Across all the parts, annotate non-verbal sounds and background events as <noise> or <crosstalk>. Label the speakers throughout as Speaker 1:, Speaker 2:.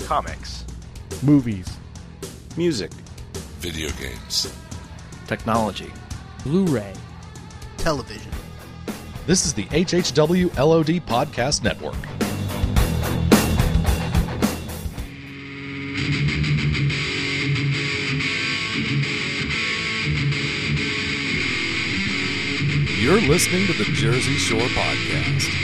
Speaker 1: comics,
Speaker 2: movies,
Speaker 3: music,
Speaker 4: video games.
Speaker 5: technology.
Speaker 6: Blu ray.
Speaker 7: television.
Speaker 8: This is the HHW LOD Podcast Network. You're listening to the Jersey Shore Podcast.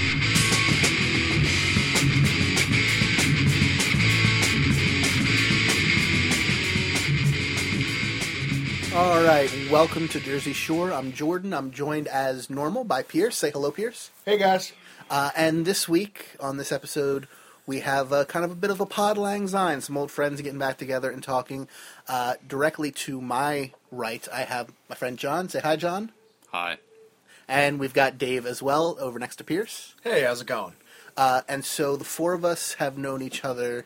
Speaker 7: All right, welcome to Jersey Shore. I'm Jordan. I'm joined as normal by Pierce. Say hello, Pierce.
Speaker 9: Hey guys.
Speaker 7: Uh, and this week on this episode, we have uh, kind of a bit of a pod lang syne. Some old friends getting back together and talking. Uh, directly to my right, I have my friend John. Say hi, John.
Speaker 5: Hi.
Speaker 7: And we've got Dave as well over next to Pierce.
Speaker 9: Hey, how's it going?
Speaker 7: Uh, and so the four of us have known each other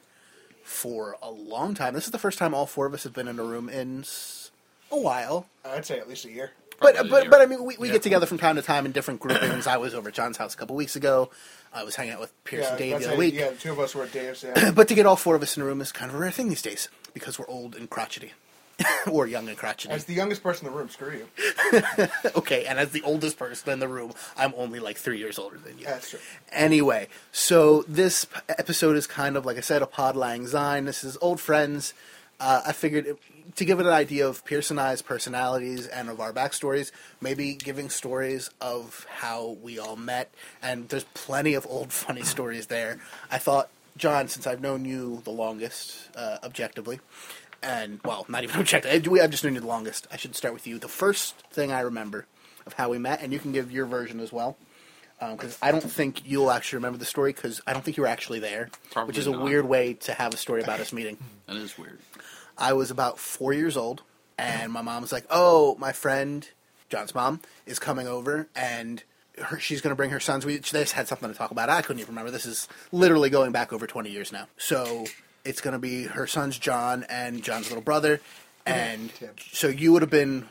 Speaker 7: for a long time. This is the first time all four of us have been in a room in s- a while.
Speaker 9: I'd say at least a year.
Speaker 7: But but but I mean, we, we get together from time to time in different groupings. I was over at John's house a couple weeks ago. I was hanging out with Pierce and Dave
Speaker 9: that's
Speaker 7: the other
Speaker 9: how-
Speaker 7: week.
Speaker 9: Uh, yeah, the two of us were at Dave's. Yeah.
Speaker 7: But to get all four of us in a room is kind of a rare thing these days because we're old and crotchety, <laughs> or young and crotchety.
Speaker 9: As the youngest person in the room, screw you.
Speaker 7: <laughs> okay, and as the oldest person in the room, I'm only like three years older than you.
Speaker 9: That's true.
Speaker 7: Anyway, so this p- episode is kind of like I said, a pod lang syne. This is old friends. Uh, I figured it- to give it an idea of Pierce and I's personalities and of our backstories, maybe giving stories of how we all met. And there's plenty of old funny stories there. I thought, John, since I've known you the longest, uh, objectively, and well, not even <laughs> objectively, I've just known you the longest. I should start with you. The first thing I remember of how we met, and you can give your version as well because Um, I don't think you'll actually remember the story because I don't think you were actually there,
Speaker 5: Probably
Speaker 7: which is a
Speaker 5: not.
Speaker 7: weird way to have a story about us meeting.
Speaker 5: That is weird.
Speaker 7: I was about four years old, and my mom was like, "Oh, my friend John's mom is coming over, and her, she's going to bring her sons." We they just had something to talk about. I couldn't even remember. This is literally going back over twenty years now. So it's going to be her sons, John and John's little brother, and so you would have been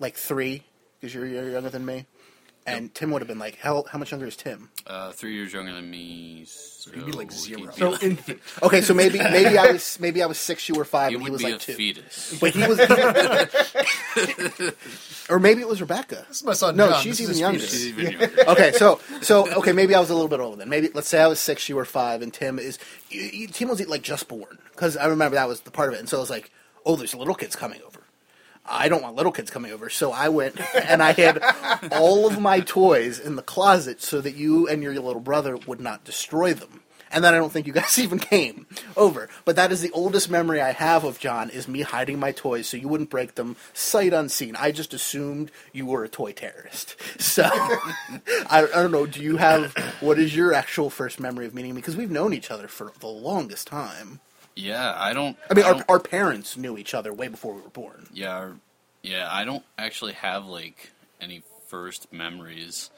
Speaker 7: like three because you're, you're younger than me. And Tim would have been like, how, how much younger is Tim?
Speaker 5: Uh, three years younger than me. So
Speaker 6: You'd be like zero.
Speaker 5: he'd be
Speaker 6: So
Speaker 5: like-
Speaker 9: infant.
Speaker 7: Okay, so maybe maybe I was maybe I was six, you were five,
Speaker 5: he
Speaker 7: and he
Speaker 5: would
Speaker 7: was
Speaker 5: be a
Speaker 7: like two. <laughs>
Speaker 5: fetus. <laughs>
Speaker 7: But he was, or maybe it was Rebecca.
Speaker 6: This is my son.
Speaker 7: No,
Speaker 6: John.
Speaker 7: she's
Speaker 6: This
Speaker 7: even
Speaker 6: is his
Speaker 7: younger.
Speaker 6: fetus.
Speaker 5: He's even younger.
Speaker 7: <laughs> Okay, so so okay, maybe I was a little bit older then. Maybe let's say I was six, you were five, and Tim is you, you, Tim was like just born because I remember that was the part of it, and so I was like, oh, there's little kids coming over. I don't want little kids coming over, so I went <laughs> and I had all of my toys in the closet so that you and your little brother would not destroy them. And then I don't think you guys <laughs> even came over. But that is the oldest memory I have of John is me hiding my toys so you wouldn't break them sight unseen. I just assumed you were a toy terrorist. <laughs> So I, I don't know. Do you have what is your actual first memory of meeting me? Because we've known each other for the longest time.
Speaker 5: Yeah, I don't.
Speaker 7: I mean, our,
Speaker 5: don't-
Speaker 7: our parents knew each other way before we were born.
Speaker 5: yeah, our- yeah. I don't actually have like any first memories.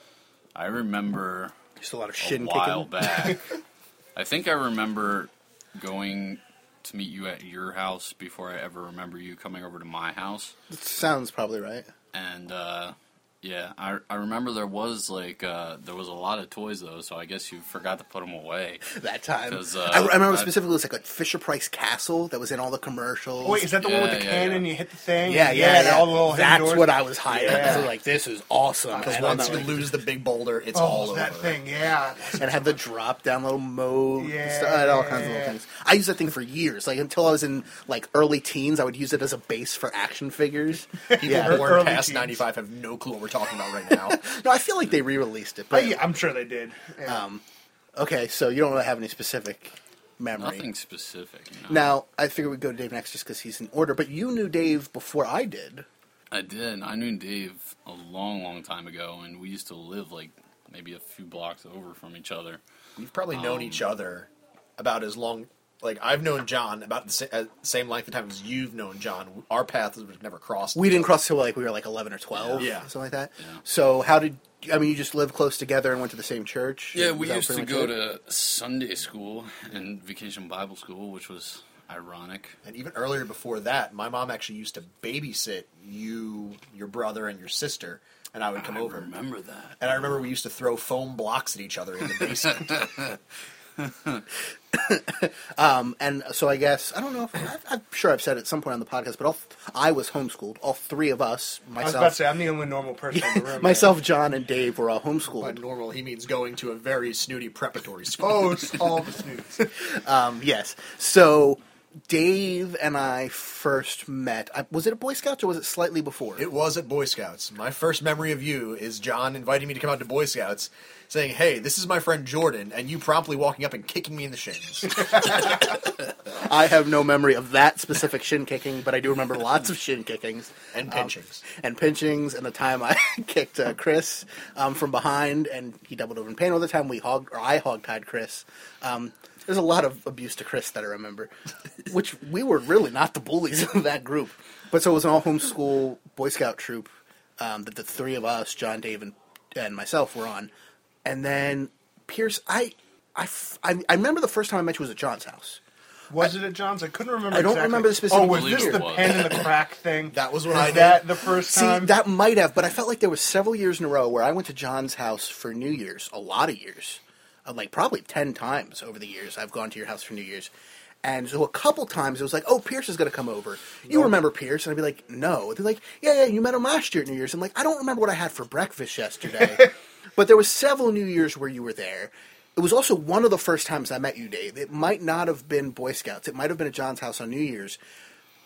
Speaker 5: I remember
Speaker 7: Just a lot of
Speaker 5: a
Speaker 7: shin
Speaker 5: while
Speaker 7: kicking.
Speaker 5: back.
Speaker 7: <laughs>
Speaker 5: I think I remember going to meet you at your house before I ever remember you coming over to my house.
Speaker 7: Sounds probably
Speaker 6: <laughs>
Speaker 7: right.
Speaker 5: and uh, yeah, I, I remember there was like uh, there was a lot of toys though, so I guess you forgot to put them away.
Speaker 7: That time,
Speaker 5: 'Cause, uh,
Speaker 7: I, I remember
Speaker 5: I-
Speaker 7: specifically it was like a Fisher Price castle that was in all the commercials.
Speaker 9: Wait, is that the one with
Speaker 5: Yeah,
Speaker 9: the
Speaker 5: yeah,
Speaker 9: cannon?
Speaker 5: yeah.
Speaker 9: You hit the thing.
Speaker 7: yeah, yeah, yeah.
Speaker 9: All the little hidden
Speaker 7: That's
Speaker 9: doors.
Speaker 7: what I was hiding.
Speaker 9: Yeah.
Speaker 7: So like, this is awesome.
Speaker 6: Because
Speaker 7: And
Speaker 6: once
Speaker 7: I'm
Speaker 6: you
Speaker 7: like-
Speaker 6: lose the big boulder, it's
Speaker 9: Oh,
Speaker 6: all over.
Speaker 9: that thing. Yeah.
Speaker 7: and have the drop down little mode and,
Speaker 9: Yeah.
Speaker 7: stuff, and all kinds of little things. I used that thing for years, like until I was in like early teens. I would use it as a base for action
Speaker 9: <laughs>
Speaker 7: figures.
Speaker 6: People
Speaker 7: yeah,
Speaker 6: born
Speaker 9: early
Speaker 6: past
Speaker 9: teens.
Speaker 6: 95 have no clue what we're talking about right
Speaker 7: <laughs>
Speaker 6: now.
Speaker 7: no, I feel like they re-released it.
Speaker 9: I,
Speaker 7: But
Speaker 9: am sure they did. Yeah.
Speaker 7: okay, so you don't really have any specific memory.
Speaker 5: Nothing specific. You know?
Speaker 7: Now I figure we'd go to Dave next just because he's in order. But you knew Dave before I did.
Speaker 5: I did. I knew Dave a long, long time ago, and we used to live like maybe a few blocks over from each other.
Speaker 6: We've probably known each
Speaker 7: Um,
Speaker 6: other about as long. Like I've known John about the sa- uh, same length of time as you've known John. Our paths have never crossed.
Speaker 7: We didn't cross till like we were like eleven or twelve,
Speaker 6: Yeah.
Speaker 7: something like that.
Speaker 5: Yeah.
Speaker 7: So how did I mean? You just lived close together and went to the same church.
Speaker 5: Yeah,
Speaker 7: Was
Speaker 5: we
Speaker 7: that
Speaker 5: used
Speaker 7: pretty
Speaker 5: to
Speaker 7: much
Speaker 5: go
Speaker 7: it?
Speaker 5: to Sunday school and Vacation Bible School, which was ironic.
Speaker 6: And even earlier before that, my mom actually used to babysit you, your brother, and your sister, and I would come
Speaker 5: I
Speaker 6: over.
Speaker 5: remember that.
Speaker 6: And I remember we used to throw foam blocks at each other in the basement.
Speaker 7: um, and so I guess I don't know. if I've, I'm sure I've said at some point on the podcast, but all, I was homeschooled. All three of us,
Speaker 9: I was about to
Speaker 7: myself,
Speaker 9: say I'm the only normal person
Speaker 7: <laughs>
Speaker 9: in the room.
Speaker 7: myself, John, and Dave, were all
Speaker 6: By
Speaker 7: homeschooled.
Speaker 6: normal, he means going to a very snooty preparatory
Speaker 9: man.
Speaker 6: school.
Speaker 9: Oh, it's all
Speaker 7: <laughs>
Speaker 9: the snoots.
Speaker 7: Um, Yes. So Dave and I first met. I, was it a Boy Scouts or was it slightly before?
Speaker 6: It was at Boy Scouts. My first memory of you is John inviting me to come out to Boy Scouts, saying, "Hey, this is my friend Jordan," and you promptly walking up and kicking me in the
Speaker 9: <laughs>
Speaker 6: shins.
Speaker 7: I have no memory of that specific shin kicking, but I do remember lots of shin kickings
Speaker 6: And
Speaker 7: um,
Speaker 6: pinchings.
Speaker 7: and pinchings, and the time I <laughs> kicked uh, Chris um, from behind, and he doubled over in pain. All the time we hog or I hogtied Chris. Um, there's a lot of abuse to Chris that I remember, which we were really not the bullies <laughs> of that group. But so it was an all homeschool Boy Scout troop um, that the three of us, John, Dave, and, and myself, were on. And then Pierce, I, I, f- I- I remember the first time I met you was at John's house.
Speaker 9: Was it at John's? I couldn't remember.
Speaker 7: I don't
Speaker 9: exactly.
Speaker 7: remember the specific
Speaker 9: Oh, was
Speaker 5: believe
Speaker 9: this
Speaker 5: it
Speaker 9: the
Speaker 5: was.
Speaker 9: pen and the crack thing?
Speaker 6: That was when
Speaker 9: Was
Speaker 6: I did.
Speaker 9: that the first
Speaker 7: See,
Speaker 9: time.
Speaker 7: that might have, but I felt like there was several years in a row where I went to John's house for New Year's, a lot of years, Uh, like probably ten times over the years. I've gone to your house for New Year's, and so a couple times it was like, "Oh, Pierce is going to come over." You remember Pierce? And I'd be like, "No." They're like, "Yeah, yeah, you met him last year at New Year's." I'm like, "I don't remember what I had for breakfast yesterday,"
Speaker 9: <laughs>
Speaker 7: but there was several New Years where you were there. It was also one of the first times I met you, Dave. It might not have been Boy Scouts. It might have been at John's house on New Year's.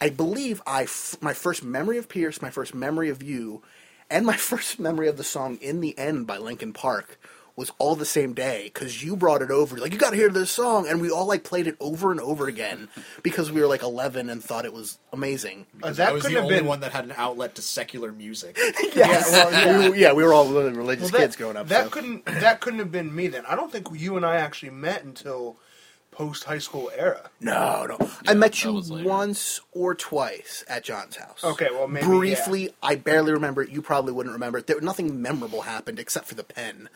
Speaker 7: I believe I f- my first memory of Pierce, my first memory of you, and my <laughs> first memory of the song "In the End" by Linkin Park was all the same day because you brought it over. Like you got to hear this song, and we all like played it over and over again because we were like eleven and thought it was amazing.
Speaker 9: Uh,
Speaker 6: I
Speaker 9: that
Speaker 6: was
Speaker 9: could
Speaker 6: the
Speaker 9: have
Speaker 6: only
Speaker 9: been
Speaker 6: one that had an outlet to secular
Speaker 9: <laughs>
Speaker 6: music.
Speaker 7: Yes.
Speaker 9: Yeah,
Speaker 7: <laughs>
Speaker 9: well,
Speaker 7: We were- yeah, we were all really religious
Speaker 9: Well, that-
Speaker 7: kids growing up.
Speaker 9: That
Speaker 7: so.
Speaker 9: couldn't that couldn't have been me then. I don't think you and I actually met until post high school
Speaker 7: <laughs>
Speaker 9: era.
Speaker 7: No, no. I met
Speaker 5: that
Speaker 7: you
Speaker 5: was later.
Speaker 7: once or twice at John's house.
Speaker 9: Okay, well, maybe,
Speaker 7: briefly. I barely remember it. You probably wouldn't remember it. There, nothing memorable happened except for the pen.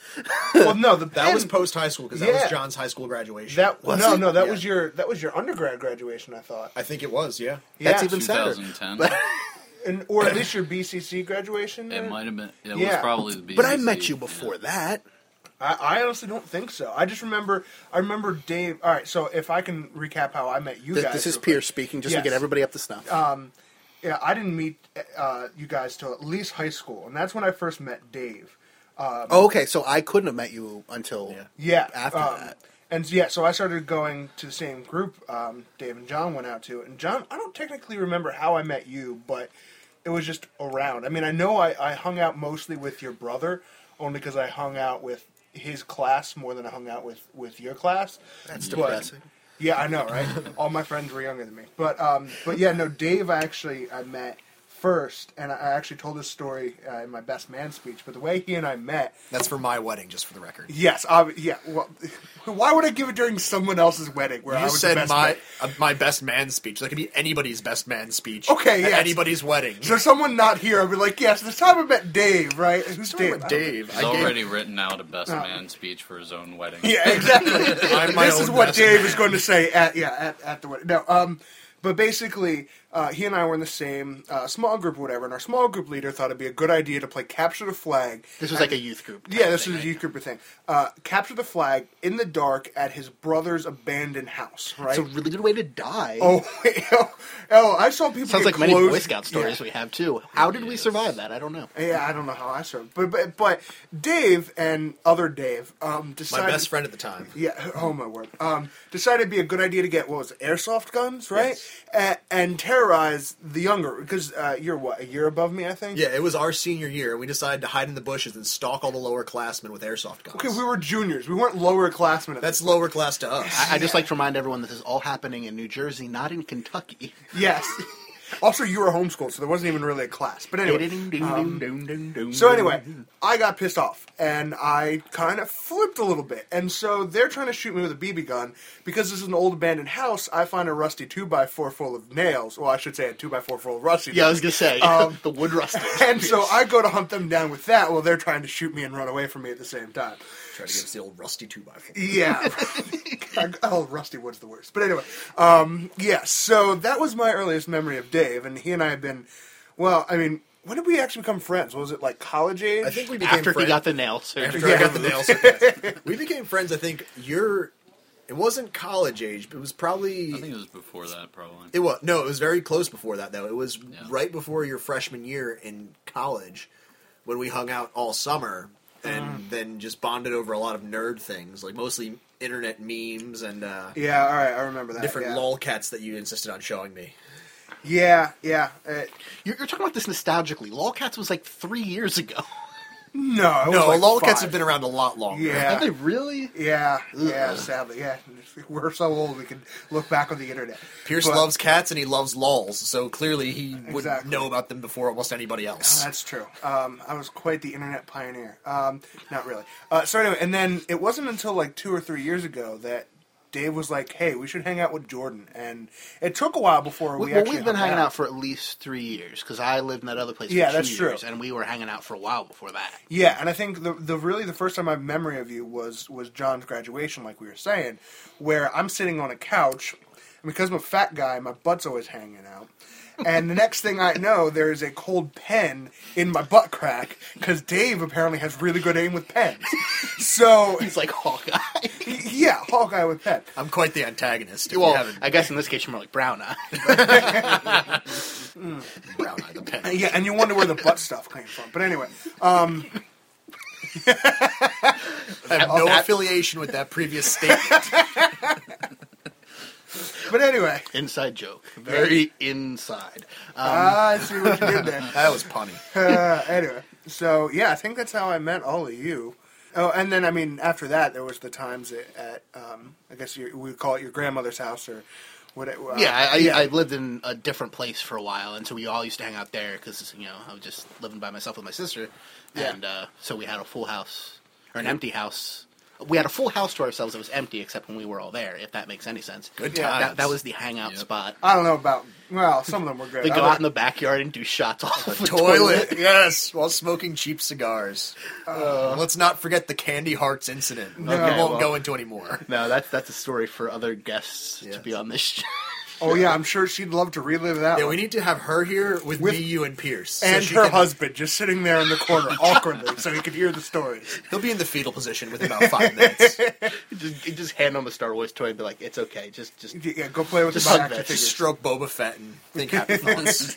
Speaker 9: well, no, the
Speaker 6: That
Speaker 9: pen-
Speaker 6: was post high school because that
Speaker 9: Yeah.
Speaker 6: was John's high school graduation.
Speaker 9: That
Speaker 7: Was
Speaker 9: no,
Speaker 7: it?
Speaker 9: no, that
Speaker 6: Yeah.
Speaker 9: was your that was your undergrad graduation. I thought.
Speaker 6: I think it was. Yeah.
Speaker 9: Yeah,
Speaker 7: That's even sadder.
Speaker 5: 2010.
Speaker 9: and, or at least your BCC graduation.
Speaker 5: It
Speaker 9: there?
Speaker 5: might have been. It was
Speaker 9: Yeah.
Speaker 5: probably the. BCC,
Speaker 7: But I met you before that.
Speaker 9: I, I honestly don't think so. I just remember. I remember Dave. All right, so if I can recap how I met you
Speaker 7: Th-
Speaker 9: guys.
Speaker 7: this is
Speaker 9: real quick.
Speaker 7: Pierce speaking, just
Speaker 9: Yes. Um,
Speaker 7: to get everybody up to snuff.
Speaker 9: yeah, I didn't meet uh, you guys till at least high school, and that's when I first met Dave.
Speaker 7: oh, okay, so I couldn't have met you until
Speaker 9: Yeah.
Speaker 7: after
Speaker 9: um,
Speaker 7: that.
Speaker 9: And yeah, so I started going to the same group um, Dave and John went out to. And John, I don't technically remember how I met you, but it was just around. I mean, I know I, I hung out mostly with your brother, only because I hung out with his class more than I hung out with, with your class. That's
Speaker 7: depressing.
Speaker 9: Yeah, I know,
Speaker 7: <laughs>
Speaker 9: right? All my friends were younger than me. But um, but yeah, no, Dave I actually I met first, and I I actually told this story uh, in my best man speech. But the way he and I met
Speaker 6: That's for my wedding, just for the record.
Speaker 9: Yes, I, yeah. Well, <laughs> why would I give it during someone else's wedding? Where I
Speaker 6: You
Speaker 9: was the
Speaker 6: said
Speaker 9: best
Speaker 6: my
Speaker 9: man?
Speaker 6: uh, my best man speech. That could be anybody's best man speech.
Speaker 9: Okay,
Speaker 6: at
Speaker 9: yes.
Speaker 6: anybody's wedding.
Speaker 9: So someone not here, I'd be like, yes. This time I met Dave, right? Who's
Speaker 6: Sorry
Speaker 9: Dave?
Speaker 6: about Dave,
Speaker 5: He's
Speaker 6: I gave-
Speaker 5: already written out a best man speech for his own wedding.
Speaker 9: <laughs>
Speaker 6: <laughs>
Speaker 9: Yeah, exactly.
Speaker 6: I'm my
Speaker 9: this is
Speaker 6: own
Speaker 9: what
Speaker 6: best
Speaker 9: Dave
Speaker 6: man.
Speaker 9: is going to say at yeah at, at the wedding. No, um, but basically, uh, he and I were in the same uh, small group, or whatever, and our small group leader thought it'd be a good idea to play capture the flag.
Speaker 7: This was like a youth group. type
Speaker 9: Yeah, this
Speaker 7: thing,
Speaker 9: was a
Speaker 7: right?
Speaker 9: youth group thing. Uh, capture the flag in the dark at his brother's abandoned house. Right.
Speaker 7: It's a really good way to die.
Speaker 9: Oh, <laughs> wait, oh, oh, I saw people.
Speaker 7: Sounds
Speaker 9: get
Speaker 7: like many
Speaker 9: close-
Speaker 7: Boy Scout stories
Speaker 9: Yeah.
Speaker 7: we have too. How did we survive that? I don't know.
Speaker 9: Yeah, I don't know how I served, but but, but Dave and other Dave um,
Speaker 6: my
Speaker 9: decided.
Speaker 6: best friend at the time.
Speaker 9: Yeah, oh my word. Um, decided it'd be a good idea to get what was it, airsoft guns, right? A- and terrorize the younger because uh, you're what a year above me, I think.
Speaker 6: Yeah, it was our senior year, and we decided to hide in the bushes and stalk all the lower classmen with airsoft guns.
Speaker 9: Okay, we were juniors. We weren't lower classmen. At
Speaker 6: That's lower class to us.
Speaker 7: I, I just like to remind everyone this is all happening in New Jersey, not in Kentucky. <laughs>
Speaker 9: yes. also, you were homeschooled, so there wasn't even really a class. But anyway, um, So
Speaker 7: So
Speaker 9: anyway, I got pissed off and I kind of flipped a little bit. And so they're trying to shoot me with a BB gun because this is an old abandoned house. I find a rusty two x four full of nails. Well, I should say a two x four full of rusty.
Speaker 7: yeah, I
Speaker 9: nails.
Speaker 7: was gonna say <laughs> the wood rusted.
Speaker 9: um, And so I go to hunt them down with that while they're trying to shoot me and run away from me at the same time.
Speaker 6: Try to give us the old rusty two by four. <laughs>
Speaker 9: Yeah. <laughs> oh, Rusty Wood's the worst. But anyway, um, yeah, so that was my earliest memory of Dave, and he and I have been, well, I mean, when did we actually become friends? Was it like college age?
Speaker 6: I think we became
Speaker 7: after he
Speaker 6: friends.
Speaker 7: got the nail surgery.
Speaker 9: <laughs>
Speaker 6: After I got the nails. we became friends. I think your It wasn't college age, but it was probably.
Speaker 5: I think it was before that, probably.
Speaker 6: It was no, it was very close before that though. It was
Speaker 5: Yeah.
Speaker 6: right before your freshman year in college when we hung out all summer and
Speaker 9: Mm.
Speaker 6: then just bonded over a lot of nerd things, like mostly internet memes and uh,
Speaker 9: Yeah, all right, I remember that.
Speaker 6: different
Speaker 9: yeah.
Speaker 6: lolcats that you insisted on showing me.
Speaker 9: Yeah, yeah. uh,
Speaker 7: You're, you're talking about this nostalgically. Lolcats was like three years ago.
Speaker 9: no, it
Speaker 6: <laughs>
Speaker 9: was
Speaker 6: No,
Speaker 9: like
Speaker 6: lolcats
Speaker 9: five.
Speaker 6: have been around a lot longer.
Speaker 7: Are
Speaker 9: Yeah,
Speaker 7: they really?
Speaker 9: yeah, yeah. Sadly, yeah. <laughs> We're so old we can look back on the internet.
Speaker 6: Pierce
Speaker 9: But-
Speaker 6: loves cats and he loves lols, so clearly he would
Speaker 9: Exactly.
Speaker 6: know about them before almost anybody else.
Speaker 9: That's true. Um, I was quite the internet pioneer. Um, not really. Uh, so anyway, and then it wasn't until like two or three years ago that Dave was like, "Hey, we should hang out with Jordan." And it took a while before we,
Speaker 7: We, well,
Speaker 9: actually
Speaker 7: we've been
Speaker 9: hung
Speaker 7: hanging out. for at least three years because I lived in that other place. For
Speaker 9: Yeah,
Speaker 7: two
Speaker 9: that's true.
Speaker 7: years, And we were hanging out for a while before that. <laughs>
Speaker 9: Yeah, and I think the the really the first time my memory of you was was John's graduation, like we were saying, where I'm sitting on a couch, and because I'm a fat guy, my butt's always hanging out. And the next thing I know, there is a cold pen in my butt crack because Dave apparently has really good aim with pens. So
Speaker 7: He's like "Oh, Hawkeye.
Speaker 9: yeah, Hawkeye with pen.
Speaker 6: <laughs> I'm quite the antagonist. If you
Speaker 7: well,
Speaker 6: haven't
Speaker 7: I guess in this case you're more like Brown
Speaker 6: <laughs>
Speaker 7: Eye.
Speaker 6: Mm. brown eyed the pen.
Speaker 9: Yeah, and you wonder where the butt stuff came from. But anyway,
Speaker 6: I have no affiliation with that previous statement.
Speaker 9: but anyway,
Speaker 7: <laughs> inside joke. Very inside.
Speaker 9: Ah, I see what you did there.
Speaker 6: that was punny.
Speaker 9: uh, anyway, so yeah, I think that's how I met all of you. Oh, and then I mean, after that, there was the times at, at um, I guess you, we call it your grandmother's house or what? it- Uh,
Speaker 7: Yeah, I, I, I lived in a different place for a while, and so we all used to hang out there because you know I was just living by myself with my sister,
Speaker 9: Yeah.
Speaker 7: and uh, so we had a full house or an empty house. We had a full house to ourselves. It was empty except when we were all there. If that makes any sense.
Speaker 6: Good
Speaker 7: Yeah,
Speaker 6: times.
Speaker 7: that, that was the hangout spot.
Speaker 9: I don't know about. Well, some of them were
Speaker 7: <laughs>
Speaker 9: good.
Speaker 7: We
Speaker 9: I
Speaker 7: go
Speaker 9: don't-
Speaker 7: out in the backyard and do shots off the
Speaker 6: toilet. yes, while smoking cheap cigars.
Speaker 9: Uh,
Speaker 6: Let's not forget the Candy Hearts incident. No, we
Speaker 7: Okay,
Speaker 6: won't
Speaker 7: well.
Speaker 6: go into
Speaker 9: <laughs>
Speaker 6: anymore.
Speaker 7: No, that's that's a story for other guests
Speaker 6: Yeah.
Speaker 7: to be on this show.
Speaker 9: oh yeah, I'm sure she'd love to relive that.
Speaker 6: Yeah, we
Speaker 9: one.
Speaker 6: need to have her here with,
Speaker 9: With-
Speaker 6: me, you, and Pierce. So
Speaker 9: and
Speaker 6: she
Speaker 9: her
Speaker 6: can-
Speaker 9: husband just sitting there in
Speaker 7: <laughs>
Speaker 9: the corner awkwardly, so he could hear the stories.
Speaker 6: He'll be in the fetal position within about five minutes.
Speaker 7: <laughs> just, just hand him a Star Wars toy and be like, "It's okay, just just
Speaker 9: Yeah, go play with
Speaker 7: Just
Speaker 9: the
Speaker 7: hug
Speaker 9: action
Speaker 7: that.
Speaker 9: figures.
Speaker 6: Just stroke Boba Fett and think happy thoughts.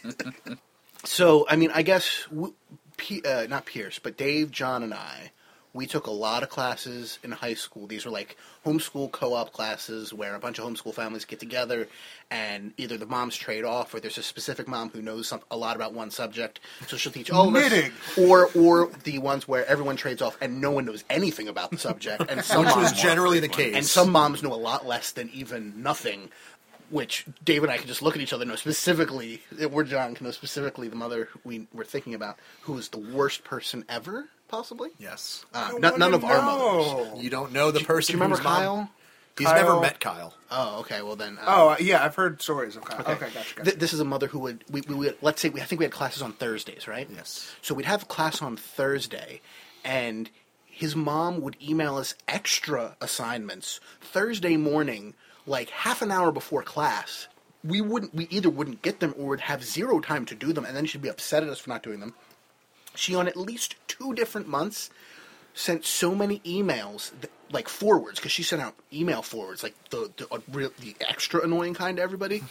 Speaker 7: So, I mean, I guess w- P- uh, not Pierce, but Dave, John, and I, we took a lot of classes in high school. These were like homeschool co-op classes where a bunch of homeschool families get together, and either the moms trade off, or there's a specific mom who knows some- a lot about one subject, so she'll teach all of
Speaker 9: Knitting.
Speaker 7: us. Or, or the ones where everyone trades off and no one knows anything about the subject,
Speaker 6: <laughs>
Speaker 7: and some
Speaker 6: Which was
Speaker 7: mom-
Speaker 6: generally the case.
Speaker 7: and some moms know a lot less than even nothing, which Dave and I can just look at each other and know specifically, we're John, can know specifically the mother we were thinking about, who is the worst person ever, possibly.
Speaker 6: yes.
Speaker 7: Uh,
Speaker 9: I
Speaker 7: not, none
Speaker 9: wanna
Speaker 7: of our mothers.
Speaker 9: know.
Speaker 6: You don't know the person.
Speaker 7: Do you remember
Speaker 6: whose mom-
Speaker 7: Kyle?
Speaker 6: He's
Speaker 9: Kyle-
Speaker 6: never met Kyle.
Speaker 7: Oh, okay. Well, then. Uh,
Speaker 9: Oh uh, yeah, I've heard stories of Kyle. Okay, gotcha. gotcha.
Speaker 7: Th- this is a mother who would we, we would let's say we I think we had classes on Thursdays, right?
Speaker 6: Yes.
Speaker 7: So we'd have class on Thursday, and his mom would email us extra assignments Thursday morning, like half an hour before class. We wouldn't we either wouldn't get them or would have zero time to do them, and then she'd be upset at us for not doing them. She on at least two different months sent so many emails, that, like forwards, because she sent out email forwards, like the the, uh, real, the extra annoying kind to everybody,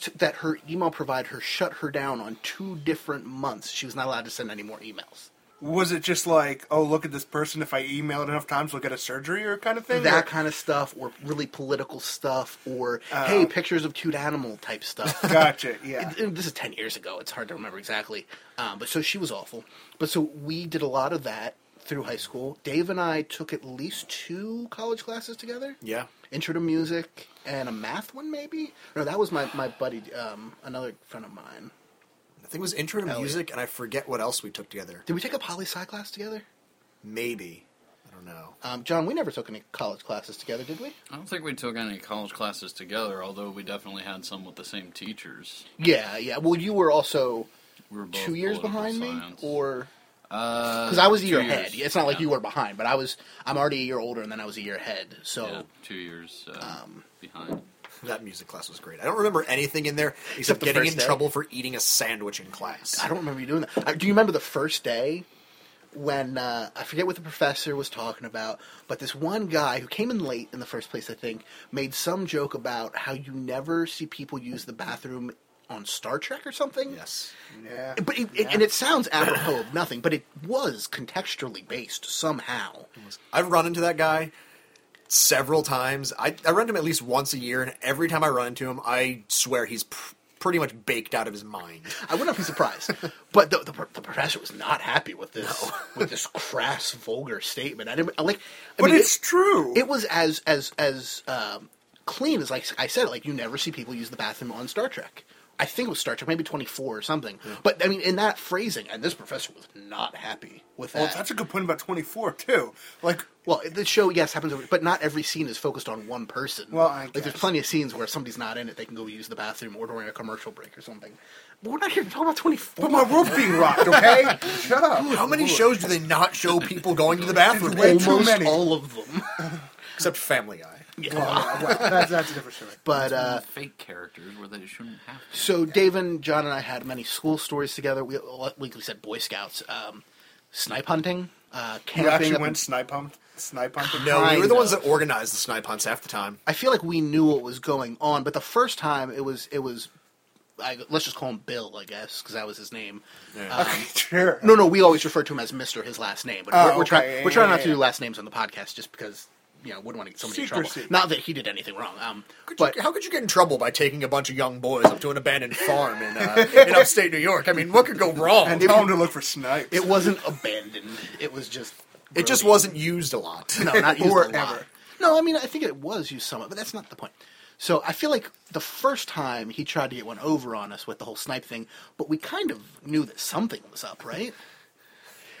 Speaker 7: t- that her email provider shut her down on two different months. She was not allowed to send any more emails.
Speaker 9: Was it just like, oh, look at this person? If I email it enough times, we'll get a surgery or kind of thing?
Speaker 7: That
Speaker 9: Or-
Speaker 7: kind of stuff, or really political stuff, or hey, pictures of cute animal type stuff.
Speaker 9: Oh. <laughs> Gotcha. Yeah.
Speaker 7: It- it- this is 10 years ago it's hard to remember exactly um, but so she was awful but so we did a lot of that through high school dave and i took at least two college classes together
Speaker 6: Yeah.
Speaker 7: intro to music and a math one maybe no that was my, my buddy um, another friend of mine
Speaker 6: I think it was intro to
Speaker 7: Elliot.
Speaker 6: music, and I forget what else we took together.
Speaker 7: did we take a poli sci class together
Speaker 6: Maybe. I don't know. <laughs>
Speaker 7: um, john we never took any college classes together did we
Speaker 5: I don't think we took any college classes together, although we definitely had some with the same teachers.
Speaker 7: yeah yeah well you were also
Speaker 5: We were both
Speaker 7: two years
Speaker 5: political
Speaker 7: behind
Speaker 5: science. Uh,
Speaker 7: me or
Speaker 5: because
Speaker 7: because I was a year ahead. It's not like you were behind, but I was. I'm already a year older, and then I was a year ahead. So
Speaker 5: Yeah, two years uh,
Speaker 7: Um,
Speaker 5: behind.
Speaker 6: That music class was great. I don't remember anything in there
Speaker 7: <laughs> Except
Speaker 6: except
Speaker 7: the
Speaker 6: getting
Speaker 7: first
Speaker 6: in
Speaker 7: day.
Speaker 6: trouble for eating a sandwich in class.
Speaker 7: I don't remember you doing that. Uh, Do you remember the first day when uh, I forget what the professor was talking about, but this one guy who came in late in the first place, I think, made some joke about how you never see people use the bathroom on Star Trek or something.
Speaker 6: Yes.
Speaker 9: Yeah.
Speaker 7: But it, it- and it sounds apropos of nothing, but it was contextually based somehow.
Speaker 6: I've run into that guy several times. I, I run into him at least once a year, and every time I run into him, I swear he's pr- pretty much baked out of his mind.
Speaker 7: I wouldn't be surprised,
Speaker 9: <laughs>
Speaker 7: but the, the, the professor was not happy with this <laughs> with this crass, vulgar statement. I didn't I like, I
Speaker 9: But
Speaker 7: mean,
Speaker 9: it's
Speaker 7: it-
Speaker 9: true.
Speaker 7: It was as as as um, clean as like I said, like you never see people use the bathroom on Star Trek. I think it was Star Trek, maybe twenty four or something. But I mean, in that phrasing, and this professor was not happy with
Speaker 9: well,
Speaker 7: that.
Speaker 9: that's a good point about 24 too. Like
Speaker 7: Well, the show yes happens, over, but not every scene is focused on one person.
Speaker 9: Well, I
Speaker 7: like there's
Speaker 9: guess.
Speaker 7: plenty of scenes where if somebody's not in it; they can go use the bathroom or during a commercial break or something. But we're not here to talk about twenty four.
Speaker 9: But my
Speaker 7: <laughs>
Speaker 9: roof being rocked, okay? <laughs> Shut up.
Speaker 6: How many shows do they not show people going to
Speaker 7: <laughs>
Speaker 6: the bathroom?
Speaker 9: Way too
Speaker 7: almost
Speaker 9: many.
Speaker 7: all of them.
Speaker 6: Except Family Guy.
Speaker 9: Well, <laughs> yeah, well, that's, that's a different story.
Speaker 7: But uh,
Speaker 5: fake characters where they shouldn't have
Speaker 7: <laughs>
Speaker 5: to.
Speaker 7: so Dave and John and I had many school stories together. We like we said Boy Scouts, um, snipe hunting, uh,
Speaker 9: You
Speaker 7: camping.
Speaker 9: actually
Speaker 7: up in-
Speaker 9: went snipe hunt, snipe hunting.
Speaker 6: No, we
Speaker 7: Kind
Speaker 6: were the ones
Speaker 7: of.
Speaker 6: that organized the snipe hunts half the time.
Speaker 7: I feel like we knew what was going on, but the first time it was it was. I, let's just call him Bill, I guess, because that was his name. Uh,
Speaker 9: <laughs> sure.
Speaker 7: No, no, we always refer to him as Mister, his last name. But
Speaker 9: Oh,
Speaker 7: we're, we're trying
Speaker 9: okay, yeah,
Speaker 7: we're trying
Speaker 9: yeah,
Speaker 7: not to
Speaker 9: yeah.
Speaker 7: do last names on the podcast just because you know wouldn't want to get somebody in
Speaker 9: Secrecy.
Speaker 7: trouble. Not that he did anything wrong. Um,
Speaker 6: Could you-
Speaker 7: but
Speaker 6: how could you get in trouble by taking a bunch of young boys up to an abandoned farm in, uh, in upstate New York? I mean, what could go wrong?
Speaker 9: And
Speaker 6: it,
Speaker 9: tell him to look for snipes.
Speaker 7: it wasn't abandoned. It was just
Speaker 6: it just
Speaker 7: grody.
Speaker 6: wasn't used a lot.
Speaker 7: <laughs> no,
Speaker 6: <laughs>
Speaker 7: not used
Speaker 9: Or
Speaker 7: a lot.
Speaker 9: ever.
Speaker 7: No, I mean I think it was used somewhat, but that's not the point. So I feel like the first time he tried to get one over on us with the whole snipe thing, but we kind of knew that something was up, right?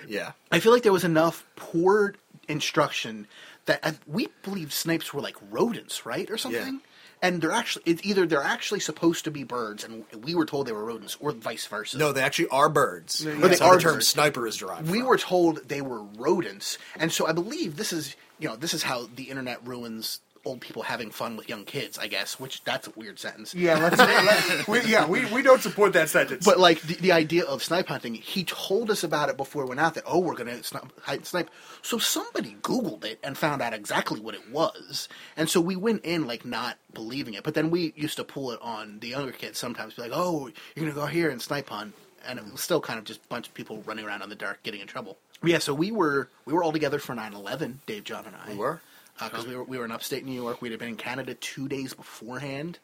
Speaker 6: Yeah.
Speaker 7: I feel like there was enough poor instruction that I, we believed snipes were like rodents, right, or something. And they're actually it's either they're actually supposed to be birds, and we were told they were rodents, or vice versa.
Speaker 6: No, they actually are birds.
Speaker 7: they
Speaker 6: That's how
Speaker 7: are
Speaker 6: the term
Speaker 7: birds.
Speaker 6: sniper is derived
Speaker 7: we
Speaker 6: from.
Speaker 7: were told they were rodents, and so I believe this is you know this is how the internet ruins old people having fun with young kids. I guess, which that's a weird sentence.
Speaker 9: yeah, let's, let we, yeah, we, we don't support that sentence.
Speaker 7: But like the, the idea of snipe hunting, he told us about it before we went out that oh we're gonna snipe, hide, snipe. So somebody Googled it and found out exactly what it was, and so we went in like not believing it. But then we used to pull it on the younger kids sometimes, be like oh you're gonna go here and snipe hunt, and it was still kind of just a bunch of people running around in the dark getting in trouble. But yeah, so we were we were all together for 9-11, Dave, John, and I. We
Speaker 6: were?
Speaker 7: because we were we were in upstate New York. We'd have been in Canada two days beforehand.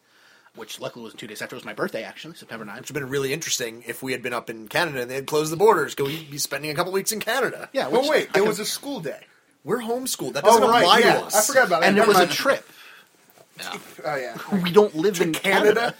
Speaker 7: Which luckily wasn't two days after. It was my birthday, actually, September 9th.
Speaker 6: Which would have been really interesting if we had been up in Canada and they had closed the borders. Go, you'd be spending a couple weeks in Canada.
Speaker 7: Yeah,
Speaker 9: But
Speaker 7: which-
Speaker 9: wait,
Speaker 7: I
Speaker 9: it
Speaker 7: can-
Speaker 9: was a school day.
Speaker 6: We're homeschooled. That
Speaker 9: Oh,
Speaker 6: doesn't apply
Speaker 9: right, yeah.
Speaker 6: to us.
Speaker 9: I forgot about that.
Speaker 7: and it was a
Speaker 9: Never
Speaker 7: trip.
Speaker 9: mind. Oh, yeah.
Speaker 7: We don't live in Canada.
Speaker 9: <laughs> Canada.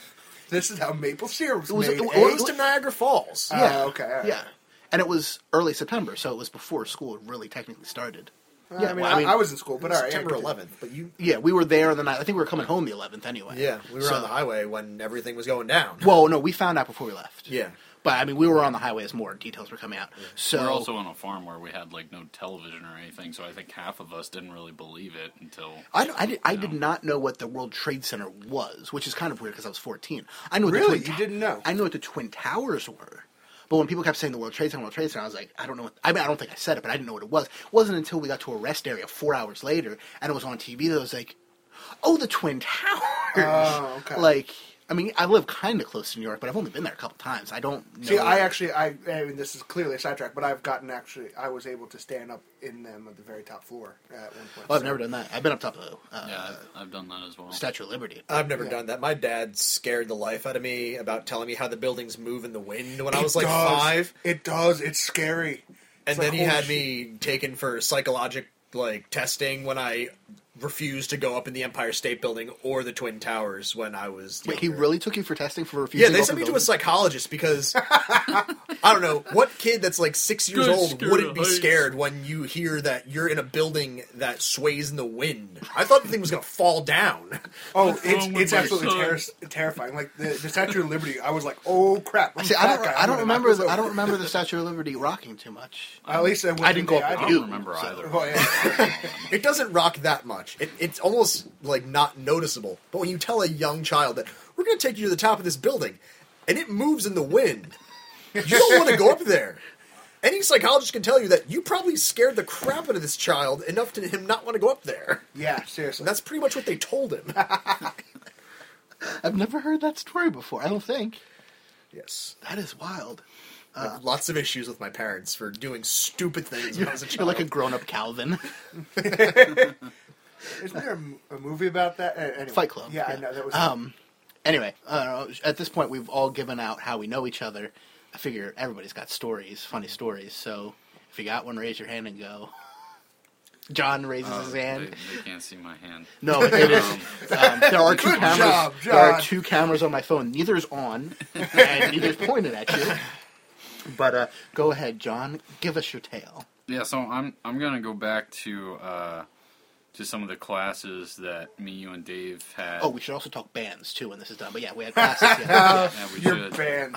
Speaker 9: This is how maple syrup was,
Speaker 7: It was-
Speaker 9: made.
Speaker 7: it was-
Speaker 9: eh?
Speaker 6: It was to Niagara Falls.
Speaker 9: Ah, okay, all right.
Speaker 7: Yeah, and it was early September, so it was before school really technically started.
Speaker 9: I mean, I, I was in school, but all right.
Speaker 6: September
Speaker 9: yeah,
Speaker 6: 11th. But you,
Speaker 7: Yeah, we were there on the night. I think we were coming home the 11th anyway.
Speaker 6: yeah, we were
Speaker 7: So-
Speaker 6: on the highway when everything was going down.
Speaker 7: Well, no, we found out before we left.
Speaker 6: Yeah.
Speaker 7: but I mean, we were on the highway as more details were coming out. So
Speaker 5: We were also on a farm where we had like no television or anything, so I think half of us didn't really believe it until
Speaker 7: I, don't- I, did, I did not know what the World Trade Center was, which is kind of weird because I was 14. I knew what the
Speaker 9: Really? You
Speaker 7: Twin
Speaker 9: didn't know?
Speaker 7: I knew what the Twin Towers were. But when people kept saying the World Trade Center, World Trade Center, I was like, I don't know. What, I mean, I don't think I said it, but I didn't know what it was. It wasn't until we got to a rest area four hours later and it was on TV that I was like, oh, the Twin Towers.
Speaker 9: Oh, okay.
Speaker 7: Like, I mean, I live kind of close to New York, but I've only been there a couple times. I don't know.
Speaker 9: See, I actually, I, I mean, this is clearly a sidetrack, but I've gotten actually, I was able to stand up in them at the very top floor at one point.
Speaker 7: Well, I've
Speaker 9: So-
Speaker 7: never done that. I've been up top of the uh,
Speaker 5: yeah, I've, I've done that as well.
Speaker 7: Statue of Liberty.
Speaker 6: I've never done that. My dad scared the life out of me about telling me how the buildings move in the wind when I
Speaker 9: It
Speaker 6: was like
Speaker 9: does.
Speaker 6: five,
Speaker 9: It does. It's scary.
Speaker 6: and
Speaker 9: like,
Speaker 6: then he
Speaker 9: holy
Speaker 6: had
Speaker 9: shit.
Speaker 6: me taken for psychologic like testing when I refused to go up in the Empire State Building or the Twin Towers when I was.
Speaker 7: Wait, he
Speaker 6: younger.
Speaker 7: really took you for testing for refusing
Speaker 6: Yeah, they
Speaker 7: off
Speaker 6: sent
Speaker 7: the
Speaker 6: me to a
Speaker 7: building?
Speaker 6: psychologist
Speaker 9: <laughs>
Speaker 6: because I don't know what kid that's like six years
Speaker 5: Good,
Speaker 6: old
Speaker 5: scared
Speaker 6: wouldn't
Speaker 5: of
Speaker 6: be
Speaker 5: heights.
Speaker 6: scared when you hear that you're in a building that sways in the wind. I thought the thing was gonna fall down. <laughs>
Speaker 9: Oh,
Speaker 5: wrong
Speaker 9: it's
Speaker 5: with
Speaker 9: it's
Speaker 5: my
Speaker 9: absolutely
Speaker 5: son?
Speaker 9: terror terrifying. Like the, the Statue of Liberty, I was like, oh crap. I'm
Speaker 7: See, I
Speaker 9: that
Speaker 7: don't.
Speaker 9: guy.
Speaker 7: I
Speaker 9: I'm
Speaker 7: don't
Speaker 9: gonna
Speaker 7: remember.
Speaker 9: knock
Speaker 7: The,
Speaker 9: this
Speaker 7: I don't
Speaker 9: over.
Speaker 7: remember the Statue of Liberty rocking too much.
Speaker 9: At least I,
Speaker 7: I didn't go up
Speaker 9: I
Speaker 7: with
Speaker 5: I
Speaker 9: didn't.
Speaker 7: you.
Speaker 5: don't remember
Speaker 7: so-
Speaker 5: either.
Speaker 9: Oh, yeah.
Speaker 6: It doesn't rock that much. It, it's almost like not noticeable. But when you tell a young child that we're gonna take you to the top of this building, and it moves in the wind, you don't want to go up there. Any psychologist can tell you that you probably scared the crap out of this child enough to him not want to go up there.
Speaker 9: Yeah, seriously.
Speaker 6: And that's pretty much what they
Speaker 7: <laughs>
Speaker 6: told him.
Speaker 7: I've never heard that story before. I don't think
Speaker 6: yes.
Speaker 7: that is wild.
Speaker 6: I have lots of issues with my parents for doing stupid things when I was
Speaker 7: <laughs>
Speaker 6: a
Speaker 7: You're
Speaker 6: child.
Speaker 7: like a grown-up Calvin. <laughs>
Speaker 9: Isn't there a m- a, movie about that? Uh, anyway.
Speaker 7: Fight Club.
Speaker 9: Yeah, I know that was.
Speaker 7: Um, anyway, uh, at this point, we've all given out how we know each other. I figure everybody's got stories, funny stories. So if you got one, raise your hand and go. John raises
Speaker 9: Oh,
Speaker 7: his
Speaker 5: They,
Speaker 7: hand.
Speaker 5: they can't see my hand.
Speaker 7: No, it is.
Speaker 5: Um,
Speaker 7: Um, there are two
Speaker 9: <laughs> Good
Speaker 7: cameras.
Speaker 9: job,
Speaker 7: there are
Speaker 9: John.
Speaker 7: two cameras on my phone. Neither is on, and neither is pointed at
Speaker 9: <laughs>
Speaker 7: you. But uh, go ahead, John. Give us your tale.
Speaker 5: Yeah, so I'm I'm gonna go back to uh, to some of the classes that me, you, and Dave had.
Speaker 7: Oh, we should also talk bands too when this is done. But yeah, we had classes. Yeah.
Speaker 5: yeah, we
Speaker 9: You're
Speaker 5: should.
Speaker 9: banned.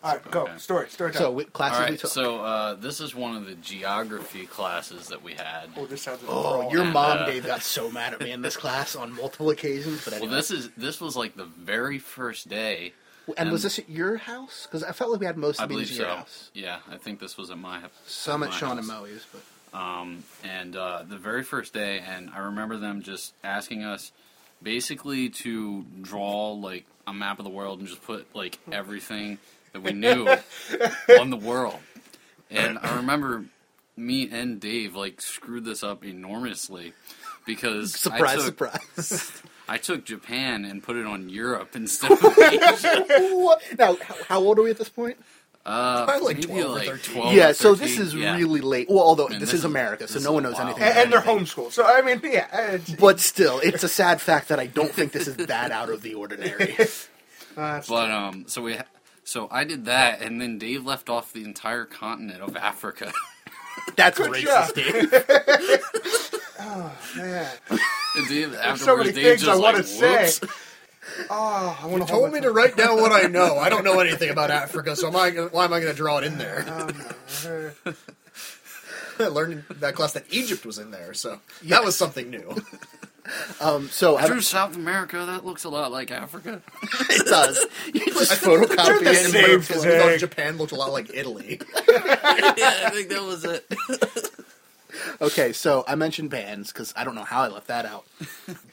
Speaker 9: All right, go.
Speaker 5: Okay.
Speaker 9: Story, story time.
Speaker 7: So we, classes
Speaker 5: All
Speaker 7: we
Speaker 5: right,
Speaker 7: took.
Speaker 5: so uh, this is one of the geography classes that we had.
Speaker 9: oh, this sounds like
Speaker 7: Oh,
Speaker 9: oh,
Speaker 7: your
Speaker 9: you're...
Speaker 7: mom, Dave, got so mad at me in this class on multiple occasions. But
Speaker 5: uh, Well,
Speaker 7: anyway,
Speaker 5: this is this was like the very first day.
Speaker 7: and was this at your house? Because I felt like we had most
Speaker 5: I
Speaker 7: of
Speaker 5: believe
Speaker 7: these at your
Speaker 5: so.
Speaker 7: house.
Speaker 5: Yeah, I think this was at my
Speaker 7: Some at
Speaker 5: my
Speaker 7: Sean
Speaker 5: house.
Speaker 7: and Moe's, but
Speaker 5: um, and uh, the very first day, and I remember them just asking us basically to draw like a map of the world and just put like
Speaker 7: Hmm.
Speaker 5: everything
Speaker 7: <laughs>
Speaker 5: that we knew on the world. And I remember me and Dave like screwed this up enormously because I
Speaker 7: surprise,
Speaker 5: took, <laughs>
Speaker 7: surprise. <laughs>
Speaker 5: I took Japan and put it on Europe instead of Asia.
Speaker 7: What? now, how, how old are we at this point?
Speaker 5: Uh,
Speaker 6: Probably like
Speaker 5: maybe
Speaker 6: 12 or
Speaker 5: like
Speaker 6: 13.
Speaker 5: 12
Speaker 7: yeah,
Speaker 5: or
Speaker 7: so this
Speaker 5: 13,
Speaker 7: is
Speaker 5: yeah.
Speaker 7: really late. Well, although
Speaker 5: Man,
Speaker 7: this,
Speaker 5: this
Speaker 7: is
Speaker 5: is-
Speaker 7: America, so
Speaker 5: this
Speaker 7: no
Speaker 5: is
Speaker 7: one knows
Speaker 5: wild.
Speaker 7: anything.
Speaker 9: and,
Speaker 7: about
Speaker 9: and they're
Speaker 7: anything.
Speaker 9: homeschooled. So I mean, yeah. It's,
Speaker 7: But still, it's a sad fact that I don't think this is that out of the
Speaker 5: <laughs>
Speaker 7: ordinary.
Speaker 9: uh,
Speaker 5: But um, so we, ha- so I did that, and then Dave left off the entire continent of Africa. <laughs>
Speaker 7: That's
Speaker 9: Good
Speaker 7: racist,
Speaker 9: job.
Speaker 7: Dave.
Speaker 9: man,
Speaker 5: and Dave, afterwards,
Speaker 9: so many
Speaker 5: Dave
Speaker 9: things
Speaker 5: just
Speaker 9: I
Speaker 5: like,
Speaker 9: want to say.
Speaker 5: "Whoops."
Speaker 7: <laughs>
Speaker 9: Oh, I want to
Speaker 6: told me to write down what I know. I don't know anything
Speaker 7: <laughs>
Speaker 6: about Africa, so am I, gonna- why am I going to draw it in there?
Speaker 9: to.
Speaker 7: Um,
Speaker 6: <laughs> I learned in that class that Egypt was in there, so that was something new.
Speaker 7: Um, so I
Speaker 5: Through South America, that looks a lot like Africa.
Speaker 7: it
Speaker 5: <laughs>
Speaker 7: does. You just photocopy
Speaker 9: the
Speaker 7: it. and put it
Speaker 9: same
Speaker 7: up
Speaker 6: Because
Speaker 7: to-
Speaker 6: we thought
Speaker 9: Dang.
Speaker 6: Japan looked a lot like
Speaker 7: <laughs>
Speaker 6: Italy.
Speaker 5: yeah, I think that was <laughs> it.
Speaker 7: Okay, so I mentioned bands because I don't know how I left that
Speaker 9: <laughs>
Speaker 7: out.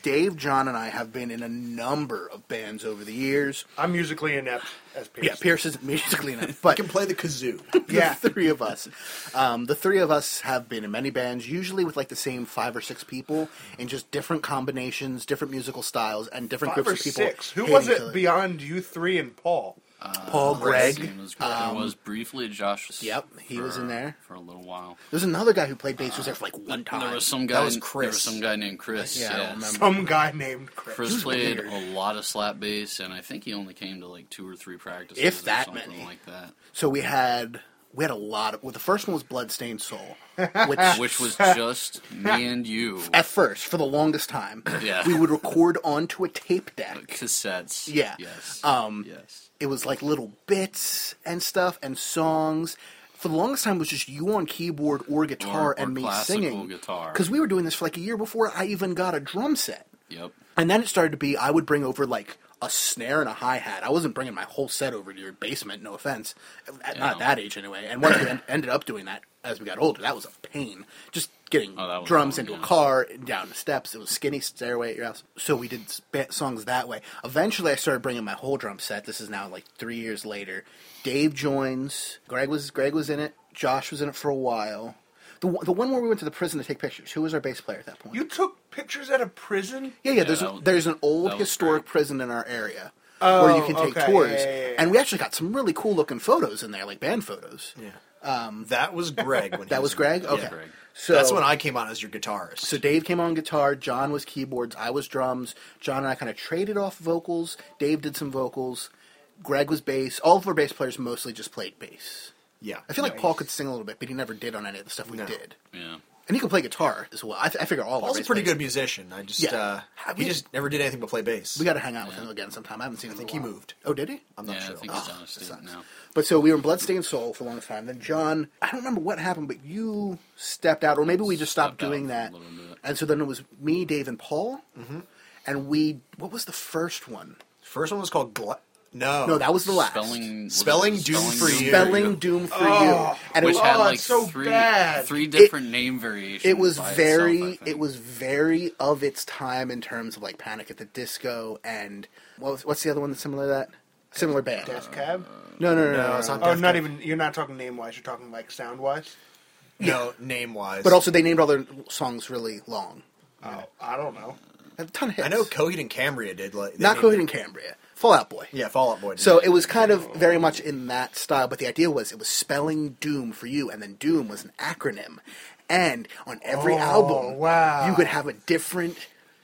Speaker 7: Dave, John, and I have been in a number of bands over the years.
Speaker 9: I'm musically inept as Pierce.
Speaker 7: Yeah, Pierce is musically
Speaker 9: <laughs>
Speaker 7: enough, but
Speaker 6: can play the kazoo.
Speaker 9: Yeah. <laughs>
Speaker 7: the three of us, um, the three of us have been in many bands, usually with like the same five or six people, in just different combinations, different musical styles, and different
Speaker 9: Five or
Speaker 7: groups of people.
Speaker 9: six. Who
Speaker 7: hating
Speaker 9: was
Speaker 7: each
Speaker 9: it
Speaker 7: other.
Speaker 9: beyond you three and Paul?
Speaker 7: Paul Gregg.
Speaker 5: It was, great. It was briefly Josh.
Speaker 7: Yep, he was in there.
Speaker 5: for a little while.
Speaker 7: There's another guy who played bass who was there for like one time.
Speaker 5: There was some guy.
Speaker 6: was
Speaker 5: in-
Speaker 6: Chris.
Speaker 5: There was some guy named Chris.
Speaker 7: Yeah, I
Speaker 5: Yeah,
Speaker 7: don't remember.
Speaker 9: Some guy named Chris.
Speaker 5: Chris played
Speaker 7: weird.
Speaker 5: a lot of slap bass, and I think he only came to like two or three practices,
Speaker 7: If
Speaker 5: or
Speaker 7: that
Speaker 5: something
Speaker 7: many.
Speaker 5: like that.
Speaker 7: So we had we had a lot of. Well, the first one was Bloodstained Soul, which
Speaker 9: <laughs>
Speaker 5: Which was just me and you.
Speaker 7: at first for the longest time
Speaker 5: Yeah.
Speaker 7: we would record onto a tape deck
Speaker 5: cassettes.
Speaker 7: Yeah.
Speaker 5: Yes.
Speaker 7: Um,
Speaker 5: Yes.
Speaker 7: it was like little bits and stuff and songs for the longest time it was just you on keyboard or guitar
Speaker 5: Or- or
Speaker 7: and me
Speaker 5: classical
Speaker 7: singing
Speaker 5: guitar.
Speaker 7: because we were doing this for like a year before i even got a drum set
Speaker 5: Yep.
Speaker 7: and then it started to be i would bring over like a snare and a hi-hat i wasn't bringing my whole set over to your basement no offense at, not at
Speaker 5: Yeah.
Speaker 7: that age anyway and once we
Speaker 5: <coughs>
Speaker 7: en- ended up doing that as we got older that was a pain just getting
Speaker 5: Oh, that was
Speaker 7: drums
Speaker 5: long,
Speaker 7: into a
Speaker 5: yeah.
Speaker 7: car and down the steps it was skinny stairway at your house so we did sp- songs that way eventually i started bringing my whole drum set this is now like three years later dave joins greg was greg was in it josh was in it for a while the, one- the one where we went to the prison to take pictures who was our bass player at that point
Speaker 9: You took pictures at a prison?
Speaker 7: yeah, yeah. There's
Speaker 5: that
Speaker 7: a,
Speaker 5: was-
Speaker 7: there's an old
Speaker 5: that was
Speaker 7: historic
Speaker 5: great.
Speaker 7: prison in our area where you can take
Speaker 9: okay,
Speaker 7: tours,
Speaker 9: yeah, yeah, yeah.
Speaker 7: and we actually got some really cool looking photos in there, like band photos.
Speaker 6: Um, That was Greg. When he
Speaker 7: That was Greg. Okay,
Speaker 5: Greg.
Speaker 7: so
Speaker 6: That's when I came on as your guitarist.
Speaker 7: So Dave came on guitar, John was keyboards, I was drums. John and I kind of traded off vocals. Dave did some vocals. Greg was bass. All of our bass players mostly just played bass.
Speaker 6: yeah,
Speaker 7: I feel like Paul could sing a little bit, but he never did on any of the stuff we
Speaker 6: No.
Speaker 7: did.
Speaker 5: Yeah.
Speaker 7: And he could play guitar as well. I, th- I figure all. of our
Speaker 6: Paul's a
Speaker 7: bass
Speaker 6: pretty
Speaker 7: players-
Speaker 6: good musician. I just
Speaker 7: Yeah.
Speaker 6: uh,
Speaker 7: Have
Speaker 6: he
Speaker 7: we-
Speaker 6: just never did anything but play bass.
Speaker 7: We got to hang out with him again sometime. I haven't seen him. I
Speaker 6: think he moved.
Speaker 7: Oh, did he?
Speaker 6: I'm not
Speaker 5: yeah,
Speaker 6: sure.
Speaker 5: I think he's
Speaker 7: Ah,
Speaker 5: on a state now.
Speaker 7: But so we were in Bloodstained Soul for a long time. Then John, I don't remember what happened, but you stepped out, or maybe we just stopped
Speaker 5: Stepped out
Speaker 7: doing
Speaker 5: for a
Speaker 7: that.
Speaker 5: little bit.
Speaker 7: And so then it was
Speaker 6: Mm-hmm.
Speaker 7: me, Dave, and Paul. And we, what was the first one?
Speaker 6: First one was called Gla- No.
Speaker 7: No, that was the last.
Speaker 5: Spelling was it
Speaker 6: Spelling Doom for You.
Speaker 7: Spelling Doom for
Speaker 9: Oh,
Speaker 7: you, and it
Speaker 5: which
Speaker 7: was
Speaker 5: had
Speaker 9: Oh,
Speaker 5: like
Speaker 9: it's so
Speaker 5: three
Speaker 9: bad.
Speaker 5: three different name variations.
Speaker 7: it was
Speaker 5: by itself,
Speaker 7: very
Speaker 5: I think.
Speaker 7: it was very of its time in terms of like Panic at the Disco and what was, what's the other one that's similar to that? Similar band.
Speaker 9: Death Cab.
Speaker 7: No, no, no, no.
Speaker 6: No,
Speaker 7: no,
Speaker 6: it's not
Speaker 9: Oh,
Speaker 6: Death
Speaker 9: not
Speaker 6: Cab.
Speaker 9: even. You're not talking name wise. You're talking like sound wise.
Speaker 7: <laughs>
Speaker 6: No, name wise.
Speaker 7: But also, they named all their songs really long.
Speaker 9: Oh, I don't know.
Speaker 7: A ton of hits.
Speaker 6: I know Coheed and Cambria did like they
Speaker 7: Not
Speaker 6: named
Speaker 7: Coheed
Speaker 6: it-
Speaker 7: and Cambria. Fallout Boy.
Speaker 6: Yeah, Fallout Boy. Did
Speaker 7: So it was kind of very much in that style, but the idea was it was spelling Doom for you, and then Doom was an acronym. And on every
Speaker 9: Oh,
Speaker 7: album,
Speaker 9: wow.
Speaker 7: you could have a different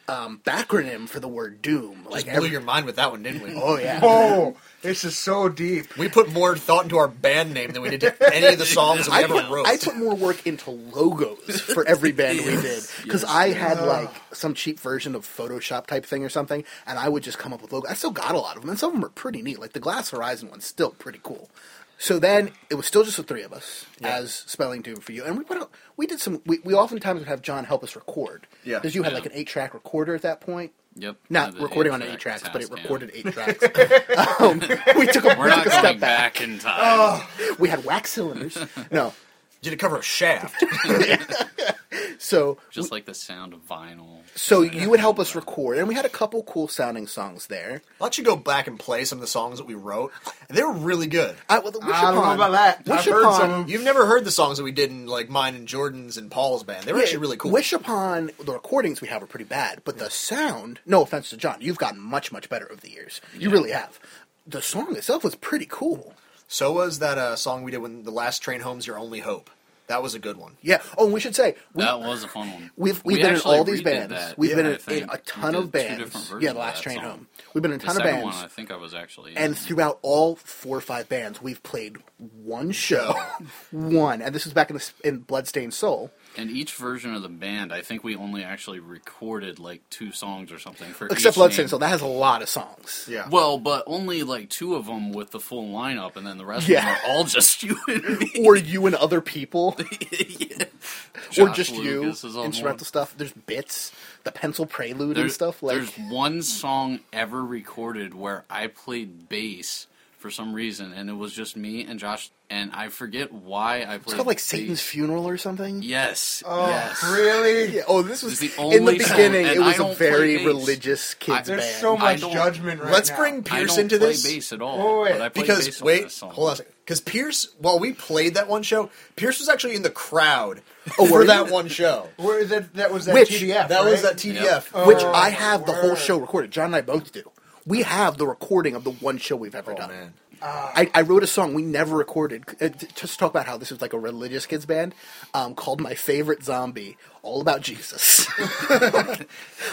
Speaker 7: um, backronym for the word Doom. Like
Speaker 6: Just blew
Speaker 7: every,
Speaker 6: your mind with that one, didn't we?
Speaker 7: oh yeah,
Speaker 9: Oh, this is so deep.
Speaker 6: We put more thought into our band name than we did to any of the songs that we
Speaker 7: I
Speaker 6: ever
Speaker 7: put,
Speaker 6: wrote.
Speaker 7: I put more work into logos for every band we
Speaker 5: <laughs>
Speaker 7: did because I had like some cheap version of Photoshop type thing or something, and I would just come up with logos. I still got a lot of them, and some of them are pretty neat. Like the Glass Horizon one's still pretty cool. So then it was still just the three of us as Spelling Doom for you, and we put out, we did some. We, we oftentimes would have John help us record.
Speaker 6: Yeah.
Speaker 7: because you had
Speaker 5: Yeah.
Speaker 7: like an eight track recorder at that point.
Speaker 5: Yep.
Speaker 7: Not
Speaker 5: Yeah, the
Speaker 7: recording on eight
Speaker 5: eight-track
Speaker 7: tracks, but it
Speaker 5: task, yeah.
Speaker 7: recorded
Speaker 5: <laughs>
Speaker 7: eight tracks. <laughs> um, we took a,
Speaker 5: We're
Speaker 7: we took
Speaker 5: not
Speaker 7: a
Speaker 5: going
Speaker 7: step
Speaker 5: back.
Speaker 7: back. Oh.
Speaker 5: in time.
Speaker 7: We had wax cylinders. No,
Speaker 6: Did it cover
Speaker 7: <laughs>
Speaker 6: a shaft?
Speaker 7: so
Speaker 5: Just like the sound of vinyl. uh,
Speaker 7: So you would help us record, and we had a couple cool sounding songs there.
Speaker 6: I'll let you go back and play some of the songs that we wrote. They were really good.
Speaker 7: I, well, the Wish
Speaker 9: I don't know
Speaker 7: Upon-
Speaker 9: about that.
Speaker 7: Wish
Speaker 9: I've heard
Speaker 7: Upon-
Speaker 9: some of 'em.
Speaker 6: You've never heard the songs that we did in like mine and Jordan's and Paul's band. They were
Speaker 7: yeah,
Speaker 6: actually really cool.
Speaker 7: Wish upon the recordings we have are pretty bad, but the sound. No offense to John, you've gotten much much better over the years. You really have. The song itself was pretty cool.
Speaker 6: so was that uh, song we did when the last train home's your only hope. That was a good one.
Speaker 7: Yeah. Oh, and we should say we,
Speaker 5: That was a fun one.
Speaker 7: We've we've
Speaker 5: We
Speaker 7: been in
Speaker 5: actually
Speaker 7: all these
Speaker 5: redid
Speaker 7: bands.
Speaker 5: that,
Speaker 7: We've
Speaker 5: I
Speaker 7: been in,
Speaker 5: think.
Speaker 7: in a
Speaker 5: We
Speaker 7: ton
Speaker 5: did
Speaker 7: of
Speaker 5: two
Speaker 7: bands.
Speaker 5: different versions
Speaker 7: Yeah, the
Speaker 5: of
Speaker 7: last
Speaker 5: that
Speaker 7: train
Speaker 5: song.
Speaker 7: home. We've been in a
Speaker 5: The
Speaker 7: ton of
Speaker 5: second
Speaker 7: bands.
Speaker 5: One, I think I was actually.
Speaker 7: <laughs>
Speaker 5: in.
Speaker 7: And throughout all four or five bands, we've played one show, <laughs> one, and this was back in the, s- in Bloodstained Soul.
Speaker 5: And each version of the band, I think we only actually recorded like two songs or something for
Speaker 7: Except
Speaker 5: each
Speaker 7: Bloodstained
Speaker 5: name.
Speaker 7: Soul, that has a lot of songs.
Speaker 6: Yeah.
Speaker 5: Well, but only like two of them with the full lineup, and then the rest
Speaker 7: Yeah.
Speaker 5: of them are all just <laughs> you
Speaker 7: <laughs>
Speaker 5: and me.
Speaker 7: Or you and other people, or
Speaker 5: Josh
Speaker 7: just you,
Speaker 5: Lucas is on
Speaker 7: instrumental
Speaker 5: one.
Speaker 7: stuff. There's bits, the pencil prelude
Speaker 5: There-
Speaker 7: and stuff. Like
Speaker 5: there's one song ever recorded where I played bass for some reason, and it was just me and Josh, and I forget why I played.
Speaker 7: it's called like
Speaker 5: bass.
Speaker 7: Satan's funeral or something.
Speaker 5: Yes.
Speaker 9: Oh,
Speaker 5: yes.
Speaker 9: really?
Speaker 7: Yeah, Oh, this was
Speaker 5: It's the
Speaker 7: in the
Speaker 5: only song,
Speaker 7: beginning.
Speaker 5: and
Speaker 7: it was
Speaker 5: I
Speaker 7: a
Speaker 5: don't play
Speaker 7: very
Speaker 5: bass.
Speaker 7: religious kids
Speaker 5: I-
Speaker 9: There's
Speaker 7: band.
Speaker 9: so much
Speaker 5: don't-
Speaker 9: judgment right
Speaker 6: Let's
Speaker 9: now.
Speaker 6: bring
Speaker 5: I
Speaker 6: Pierce
Speaker 5: don't
Speaker 6: into
Speaker 5: play
Speaker 6: this
Speaker 5: bass at
Speaker 9: Oh,
Speaker 5: all.
Speaker 9: wait.
Speaker 5: but I played
Speaker 6: because
Speaker 5: bass on
Speaker 6: wait,
Speaker 5: this song.
Speaker 6: hold on. Because Pierce, while we played that one show, Pierce was actually in the crowd
Speaker 7: Oh, were
Speaker 6: for
Speaker 7: you?
Speaker 6: that one show.
Speaker 9: Where that that was that
Speaker 7: Which-
Speaker 9: TDF.
Speaker 6: That was uh, that
Speaker 9: right?
Speaker 6: TDF.
Speaker 7: which
Speaker 9: Oh,
Speaker 7: I have the whole
Speaker 9: word.
Speaker 7: show recorded. John and I both do. We have the recording of the one show we've ever
Speaker 6: Oh
Speaker 7: done.
Speaker 6: man.
Speaker 7: I, I wrote a song we never recorded uh, t- just to talk about how this is like a religious kids band um, called My Favorite Zombie, all about Jesus. <laughs>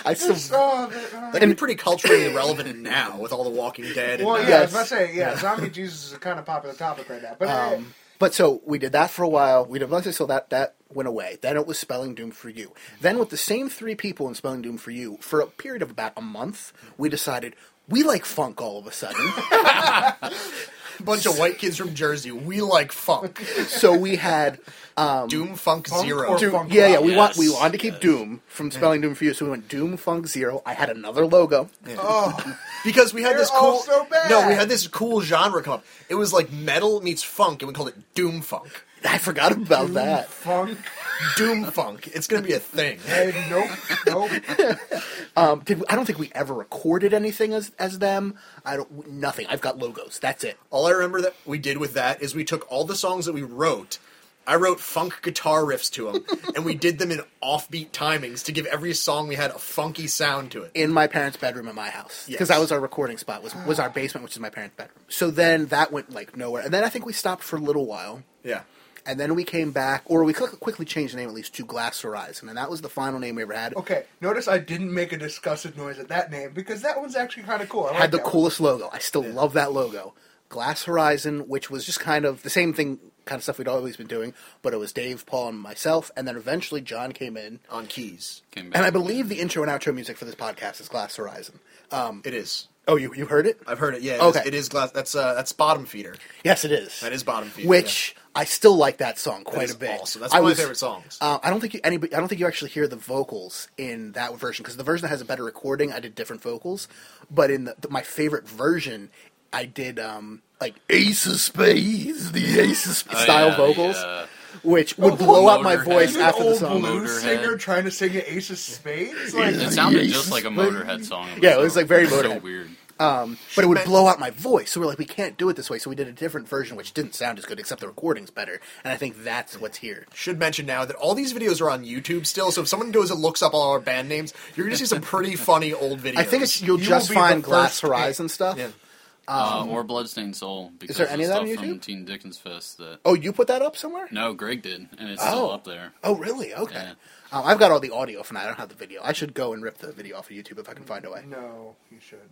Speaker 7: I still,
Speaker 9: Oh, that- all right.
Speaker 6: That'd be pretty culturally relevant now with all the Walking Dead. And,
Speaker 9: Well,
Speaker 6: uh,
Speaker 9: yeah,
Speaker 7: Yes. Um.
Speaker 9: I was about to say, yeah, zombie Jesus is a kind of popular topic right now. But eh,
Speaker 7: but so we did that for a while. We did Blessed, so that that went away. Then it was Spelling Doom for You. Then with the same three people in Spelling Doom for You for a period of about a month, we decided we like funk all of a sudden. <laughs>
Speaker 6: bunch of white kids from Jersey. We like funk.
Speaker 7: so we had
Speaker 6: Doom Funk, Zero.
Speaker 9: or
Speaker 7: Doom-
Speaker 9: Um, Funk
Speaker 7: yeah, yeah.
Speaker 9: Rock.
Speaker 7: We want we
Speaker 5: Yes,
Speaker 7: wanted to keep Doom from spelling Doom for you, so we went Doom Funk Zero. I had another logo.
Speaker 6: because we had
Speaker 9: They're
Speaker 6: this
Speaker 9: all
Speaker 6: cool
Speaker 9: so bad.
Speaker 6: No, we had this cool genre come up. It was like metal meets funk and we called it Doom Funk.
Speaker 7: I forgot about that.
Speaker 9: uh, funk. <laughs>
Speaker 6: Doom Funk. It's going to be a thing.
Speaker 9: Hey, nope, nope.
Speaker 7: Um, did, I don't think we ever recorded anything as as them. I don't nothing. I've got logos. That's it.
Speaker 6: All I remember that we did with that is we took all the songs that we wrote I wrote funk guitar riffs to
Speaker 9: <laughs>
Speaker 6: them, and we did them in offbeat timings to give every song we had a funky sound to it.
Speaker 7: in my parents' bedroom in my house because
Speaker 6: Yes.
Speaker 7: that was our recording spot was was our basement, which is my parents' bedroom. So then that went like nowhere, and then I think we stopped for a little while,
Speaker 6: Yeah.
Speaker 7: and then we came back, or we quick- quickly changed the name at least to Glass Horizon, and that was the final name we ever had.
Speaker 9: Okay, notice I didn't make a disgusted noise at that name because that one's actually kind of cool. I like
Speaker 7: had the
Speaker 9: that one.
Speaker 7: coolest logo. I still love that logo. Glass Horizon, which was just kind of the same thing, kind of stuff we'd always been doing, but it was Dave, Paul, and myself, and then eventually John came in.
Speaker 6: On keys.
Speaker 5: Came back.
Speaker 7: And I believe the intro and outro music for this podcast is Glass Horizon. Um,
Speaker 6: It is.
Speaker 7: oh, you you heard it?
Speaker 6: I've heard it. Yeah. it is-
Speaker 7: Okay.
Speaker 6: It is glass. That's uh, that's bottom feeder.
Speaker 7: yes, it is.
Speaker 6: That is bottom feeder.
Speaker 7: Which I still like that song
Speaker 6: yeah. That
Speaker 7: quite
Speaker 6: is
Speaker 7: a bit.
Speaker 6: Awesome. That's
Speaker 7: I
Speaker 6: one of
Speaker 7: was-
Speaker 6: my favorite songs.
Speaker 7: Uh, I don't think you, anybody. I don't think you actually hear the vocals in that version because the version that has a better recording, I did different vocals. But in the, my favorite version, I did um like Ace of Spades,
Speaker 6: <laughs> Oh,
Speaker 7: the Ace of Spades style
Speaker 5: yeah,
Speaker 7: vocals,
Speaker 5: yeah.
Speaker 7: which would blow up my
Speaker 5: Motorhead.
Speaker 7: voice
Speaker 5: Dude,
Speaker 7: after the
Speaker 9: old
Speaker 7: song.
Speaker 9: blues
Speaker 5: Motorhead.
Speaker 9: singer trying to sing an Ace of Spades. Like,
Speaker 5: It sounded
Speaker 7: Yes,
Speaker 5: just like a
Speaker 7: but-
Speaker 5: Motorhead song.
Speaker 7: Yeah, it was, like, very
Speaker 5: So
Speaker 7: Motorhead.
Speaker 5: weird.
Speaker 7: but it would blow out my voice. So we're like, we can't do it this way. So we did a different version, which didn't sound as good, except the recording's better. And I think that's what's here.
Speaker 6: Should mention now that all these videos are on YouTube still, so if someone goes and looks up all our band names, you're gonna see some
Speaker 9: <laughs>
Speaker 6: pretty funny old videos.
Speaker 7: I think it's you'll
Speaker 9: You
Speaker 7: just
Speaker 9: will be the
Speaker 7: find Glass
Speaker 9: first
Speaker 6: <laughs>
Speaker 9: pick.
Speaker 7: Horizon stuff.
Speaker 5: Uh, or Bloodstained Soul. Because
Speaker 7: Um, there any of that
Speaker 5: stuff
Speaker 7: on
Speaker 5: from
Speaker 7: YouTube?
Speaker 5: Teen Dickens Fist that
Speaker 7: Oh, you put that up somewhere?
Speaker 5: no, Greg did, and it's
Speaker 7: Oh.
Speaker 5: still up there.
Speaker 7: Oh, really? Okay.
Speaker 5: Yeah.
Speaker 7: Um, I've got all the audio from that. I don't have the video. I should go and rip the video off of YouTube if I can find a way.
Speaker 9: no, you shouldn't.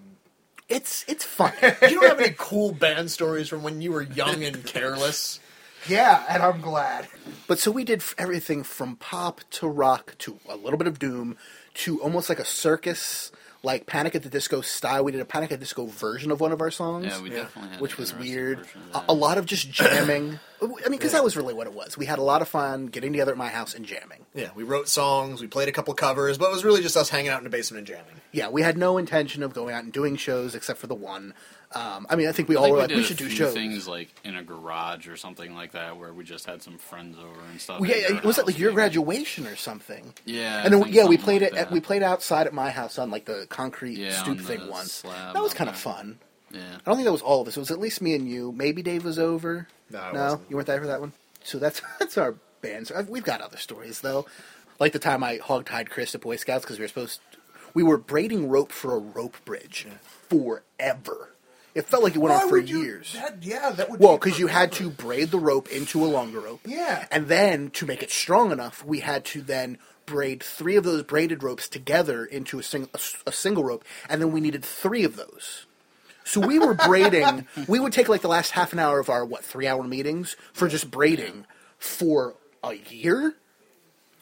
Speaker 7: It's it's
Speaker 5: <laughs>
Speaker 7: fun.
Speaker 6: you don't have any cool band stories from when you were young and careless.
Speaker 9: Yeah, and I'm glad.
Speaker 7: But so we did f- everything from pop to rock to a little bit of doom to almost like a circus, like Panic at the Disco style. We did a Panic at the Disco version of one of our songs,
Speaker 5: Yeah, we definitely had
Speaker 7: which
Speaker 5: an
Speaker 7: was
Speaker 5: interesting
Speaker 7: weird.
Speaker 5: version
Speaker 7: A,
Speaker 5: of
Speaker 7: a
Speaker 5: that.
Speaker 7: lot of just
Speaker 5: <coughs>
Speaker 7: jamming. I mean, because that was really what it was. We had a lot of fun getting together at my house and jamming.
Speaker 6: Yeah, we wrote songs, we played a couple covers, but it was really just us hanging out in the basement and jamming.
Speaker 7: Yeah, we had no intention of going out and doing shows except for the one. Um, I mean, I think we all
Speaker 5: I think
Speaker 7: were
Speaker 5: we
Speaker 7: like,
Speaker 5: did
Speaker 7: we
Speaker 5: a
Speaker 7: should do
Speaker 5: few
Speaker 7: shows.
Speaker 5: things like in a garage or something like that, where we just had some friends over and stuff.
Speaker 7: Well, yeah,
Speaker 5: at
Speaker 7: yeah,
Speaker 5: their
Speaker 7: was that
Speaker 5: house,
Speaker 7: like your
Speaker 5: maybe.
Speaker 7: graduation or something?
Speaker 5: Yeah, I
Speaker 7: and then,
Speaker 5: think
Speaker 7: yeah, we
Speaker 5: something
Speaker 7: played
Speaker 5: like
Speaker 7: it. At,
Speaker 5: that.
Speaker 7: we played outside at my house on like the concrete
Speaker 5: Yeah,
Speaker 7: stoop
Speaker 5: on
Speaker 7: thing
Speaker 5: the
Speaker 7: once.
Speaker 5: slab
Speaker 7: That was
Speaker 5: out
Speaker 7: kind of
Speaker 5: there.
Speaker 7: fun.
Speaker 5: Yeah,
Speaker 7: I don't think that was all of us. It was at least me and you. Maybe Dave was over.
Speaker 6: No, I wasn't.
Speaker 7: you weren't there for that one. So that's <laughs> that's our band. So I've- we've got other stories though, like the time I hogtied Chris to Boy Scouts because we were supposed we were braiding rope for a rope bridge forever. It felt like it went on for
Speaker 9: would you-
Speaker 7: years.
Speaker 9: that- yeah, that would.
Speaker 7: Well,
Speaker 9: take
Speaker 7: because you had to
Speaker 9: forever.
Speaker 7: braid the rope into a longer rope.
Speaker 9: Yeah.
Speaker 7: And then to make it strong enough, we had to then braid three of those braided ropes together into a, sing- a, s- a single rope, and then we needed three of those. So we were braiding. we would take like the last half an hour of our what three hour meetings for just braiding for a year,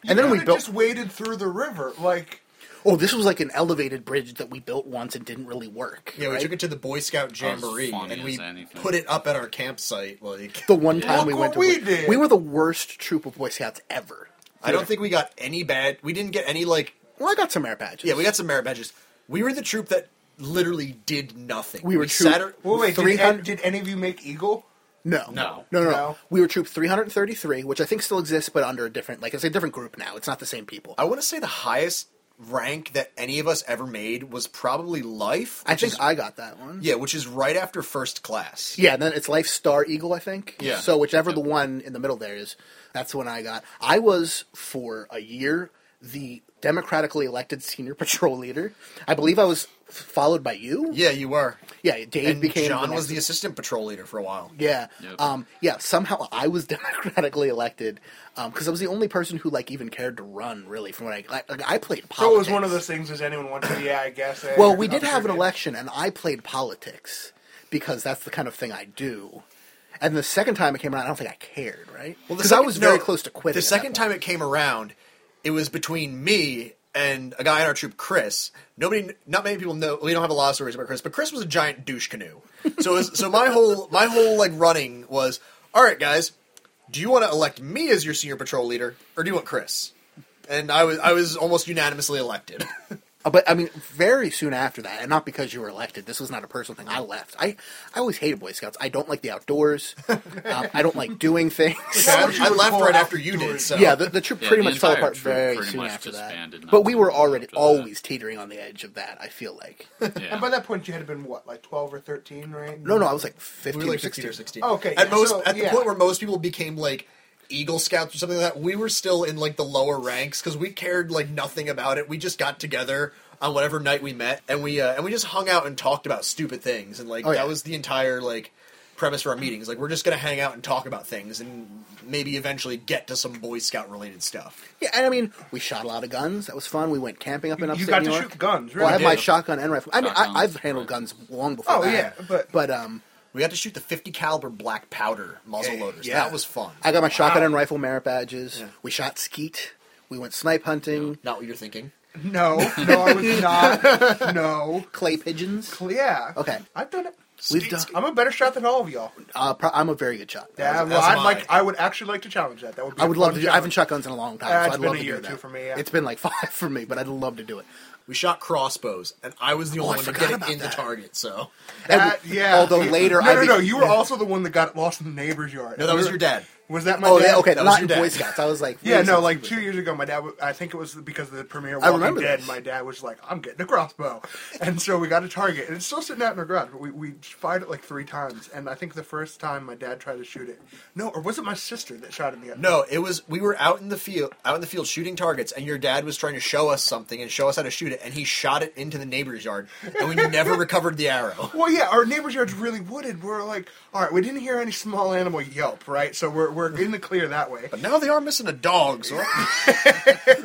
Speaker 7: and then we
Speaker 9: Could've
Speaker 7: built.
Speaker 9: Just waded through the river, like
Speaker 7: Oh, this was like an elevated bridge that we built once and didn't really work.
Speaker 6: Yeah, we
Speaker 7: right?
Speaker 6: took it to the Boy Scout
Speaker 5: was
Speaker 6: Jamboree
Speaker 5: funny
Speaker 6: and
Speaker 5: as
Speaker 6: we
Speaker 5: anything.
Speaker 6: put it up at our campsite. Like,
Speaker 7: the one time
Speaker 9: Look
Speaker 7: we
Speaker 9: what
Speaker 7: went to
Speaker 9: we did.
Speaker 7: we were the worst troop of Boy Scouts ever.
Speaker 6: I don't think we got any bad. We didn't get any like.
Speaker 7: Well, I got some merit badges.
Speaker 6: Yeah, we got some merit badges. We were the troop that literally did nothing.
Speaker 7: We were troop-
Speaker 6: sat ar-
Speaker 9: well, wait, did,
Speaker 7: 300
Speaker 9: an- did any of you make eagle?
Speaker 7: No.
Speaker 5: No.
Speaker 7: No, no,
Speaker 9: No.
Speaker 7: We were troop 333, which I think still exists, but under a different, like, it's a different group now. It's not the same people.
Speaker 6: I want to say the highest rank that any of us ever made was probably life.
Speaker 7: I
Speaker 6: which
Speaker 7: think
Speaker 6: is-
Speaker 7: I got that one.
Speaker 6: yeah, which is right after first class.
Speaker 7: Yeah, and then it's Life Star Eagle, I think.
Speaker 6: Yeah.
Speaker 7: So whichever the one in the middle there is, that's the one I got. I was for a year the democratically elected senior <laughs> patrol leader. I believe I was f- followed by you.
Speaker 6: Yeah, you were.
Speaker 7: Yeah, Dave
Speaker 6: And
Speaker 7: became
Speaker 6: John
Speaker 7: the
Speaker 6: was
Speaker 7: next-
Speaker 6: the assistant patrol leader for a while.
Speaker 7: Yeah.
Speaker 5: Yep.
Speaker 7: Um, yeah. Somehow I was <laughs> democratically elected because I was the only person who like even cared to run. Really, from what I like, like, I played politics.
Speaker 9: So it was one of those things. Does anyone want to? Yeah, I guess. eh,
Speaker 7: Well, we
Speaker 9: I'm
Speaker 7: did
Speaker 9: sure
Speaker 7: have an
Speaker 9: it-
Speaker 7: election, and I played politics because that's the kind of thing I do. And the second time it came around, I don't think I cared, right?
Speaker 6: Well, the
Speaker 7: Because I
Speaker 6: second-
Speaker 7: was very
Speaker 6: no,
Speaker 7: close to quitting.
Speaker 6: The
Speaker 7: at that
Speaker 6: second time
Speaker 7: point.
Speaker 6: it came around, it was between me and a guy in our troop, Chris. Nobody, not many people know. We don't have a lot of stories about Chris, but Chris was a giant douche canoe. So, it was, so my whole my whole like running was, all right, guys, do you want to elect me as your senior patrol leader, or do you want Chris? And I was I was almost unanimously elected.
Speaker 7: Uh, but I mean, very soon after that, and not because you were elected. This was not a personal thing. I left. I, I always hated Boy Scouts. I don't like the
Speaker 6: <laughs>
Speaker 7: outdoors. um, I don't like doing things. <laughs>
Speaker 6: I, I
Speaker 9: would
Speaker 6: left
Speaker 9: call
Speaker 6: right
Speaker 9: out
Speaker 6: after you did.
Speaker 9: doing-
Speaker 6: So
Speaker 7: yeah, the, the troop
Speaker 5: Yeah,
Speaker 7: pretty
Speaker 5: the
Speaker 7: much fell
Speaker 5: entire
Speaker 7: apart
Speaker 5: troop
Speaker 7: very
Speaker 5: pretty
Speaker 7: soon
Speaker 5: much
Speaker 7: after
Speaker 5: disbanded
Speaker 7: that.
Speaker 5: not
Speaker 7: But we
Speaker 5: too
Speaker 7: were
Speaker 5: long
Speaker 7: already
Speaker 5: after that.
Speaker 7: always teetering on the edge of that. I feel like
Speaker 5: yeah.
Speaker 9: And by that point, you had to been what, like twelve or thirteen, right?
Speaker 7: no, no, I was like
Speaker 6: we
Speaker 7: fifteen,
Speaker 6: were like
Speaker 7: 16.
Speaker 6: fifteen or sixteen.
Speaker 9: Okay,
Speaker 6: at
Speaker 9: yeah,
Speaker 6: most,
Speaker 9: so,
Speaker 6: at the
Speaker 9: yeah.
Speaker 6: point where most people became like Eagle Scouts or something like that, we were still in like the lower ranks because we cared like nothing about it. We just got together on whatever night we met, and we uh, and we just hung out and talked about stupid things, and like
Speaker 7: Oh, yeah.
Speaker 6: that was the entire like premise for our meetings. Like we're just gonna hang out and talk about things, and maybe eventually get to some Boy Scout related stuff.
Speaker 7: Yeah, and I mean, we shot a lot of guns. That was fun. We went camping up in upstate
Speaker 9: you got
Speaker 7: New
Speaker 9: to
Speaker 7: York.
Speaker 9: shoot guns. Really?
Speaker 7: Well, I have my
Speaker 6: Yeah.
Speaker 7: shotgun and rifle. I mean,
Speaker 5: Shotguns,
Speaker 7: I, I've handled
Speaker 5: right.
Speaker 7: guns long before.
Speaker 9: Oh,
Speaker 7: that.
Speaker 9: yeah, but-
Speaker 7: but um,
Speaker 6: We had to shoot the fifty caliber black powder muzzle loaders.
Speaker 7: yeah.
Speaker 6: That was fun.
Speaker 7: I got my shotgun and rifle merit badges. We shot skeet. We went snipe hunting.
Speaker 6: Not what you're thinking.
Speaker 9: No, no, I was
Speaker 7: <laughs>
Speaker 9: not. No,
Speaker 7: Clay pigeons.
Speaker 9: yeah.
Speaker 7: Okay.
Speaker 9: I've done it.
Speaker 7: We've done.
Speaker 9: I'm a better shot than all of y'all.
Speaker 7: Uh, pro- I'm a very good shot.
Speaker 9: Yeah,
Speaker 6: as
Speaker 9: well, I'd
Speaker 6: am I.
Speaker 9: like. I would actually like to challenge that. That would. Be
Speaker 7: I
Speaker 9: a
Speaker 7: would love
Speaker 9: fun
Speaker 7: to. Do, I haven't
Speaker 9: challenge.
Speaker 7: shot guns in a long time.
Speaker 9: Uh,
Speaker 7: so
Speaker 9: it's
Speaker 7: I'd
Speaker 9: been
Speaker 7: love
Speaker 9: a
Speaker 7: to
Speaker 9: year
Speaker 7: do <laughs>
Speaker 9: or two
Speaker 7: that.
Speaker 9: for me, yeah.
Speaker 7: It's been like five for me, but I'd love to do it.
Speaker 6: We shot crossbows, and I was the
Speaker 7: Oh, I
Speaker 6: only one to
Speaker 7: forgot
Speaker 6: get it
Speaker 7: about
Speaker 6: in
Speaker 7: that.
Speaker 6: the target. So
Speaker 9: That-
Speaker 7: And-
Speaker 9: yeah.
Speaker 7: Although
Speaker 9: You-
Speaker 7: later,
Speaker 9: no,
Speaker 7: I
Speaker 9: no,
Speaker 7: be-
Speaker 9: no. You were also the one that got lost in the neighbor's yard.
Speaker 6: no, that was
Speaker 9: You were-
Speaker 6: your dad.
Speaker 9: Was that my?
Speaker 7: Oh,
Speaker 9: dad?
Speaker 7: yeah, okay, that
Speaker 6: That
Speaker 7: was
Speaker 6: was
Speaker 7: in
Speaker 6: your dad.
Speaker 7: Boy Scouts. I was like,
Speaker 9: Yeah,
Speaker 7: wait a
Speaker 9: no,
Speaker 7: second.
Speaker 9: like two years ago, my dad. w- I think it was because of the premiere. Of
Speaker 7: I
Speaker 9: Walking
Speaker 7: remember
Speaker 9: Dead.
Speaker 7: this.
Speaker 9: My dad was like, "I'm getting a crossbow," and so we got a target, and it's still sitting out in our garage. But we, we fired it like three times, and I think the first time my dad tried to shoot it. No, or was it my sister that shot it? in The
Speaker 6: No, it was we were out in the field, out in the field shooting targets, and your dad was trying to show us something and show us how to shoot it, and he shot it into the neighbor's yard, and we
Speaker 9: <laughs>
Speaker 6: never recovered the arrow.
Speaker 9: Well, yeah, our neighbor's yard's really wooded. We're like, all right, we didn't hear any small animal yelp, right? So we're we're in the clear that way.
Speaker 6: But now they are missing a dog.
Speaker 9: <laughs>
Speaker 6: So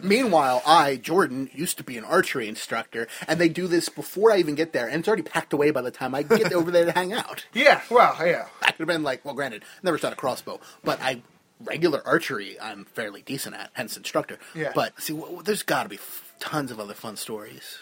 Speaker 7: Meanwhile, I, Jordan, used to be an archery instructor, and they do this before I even get there, and it's already packed away by the time I get over there to hang out. <laughs>
Speaker 9: Yeah, well, yeah.
Speaker 7: I could have been like, well, granted, never shot a crossbow, but I regular archery I'm fairly decent at, hence instructor.
Speaker 9: Yeah.
Speaker 7: But see, w- w- there's got to be f- tons of other fun stories.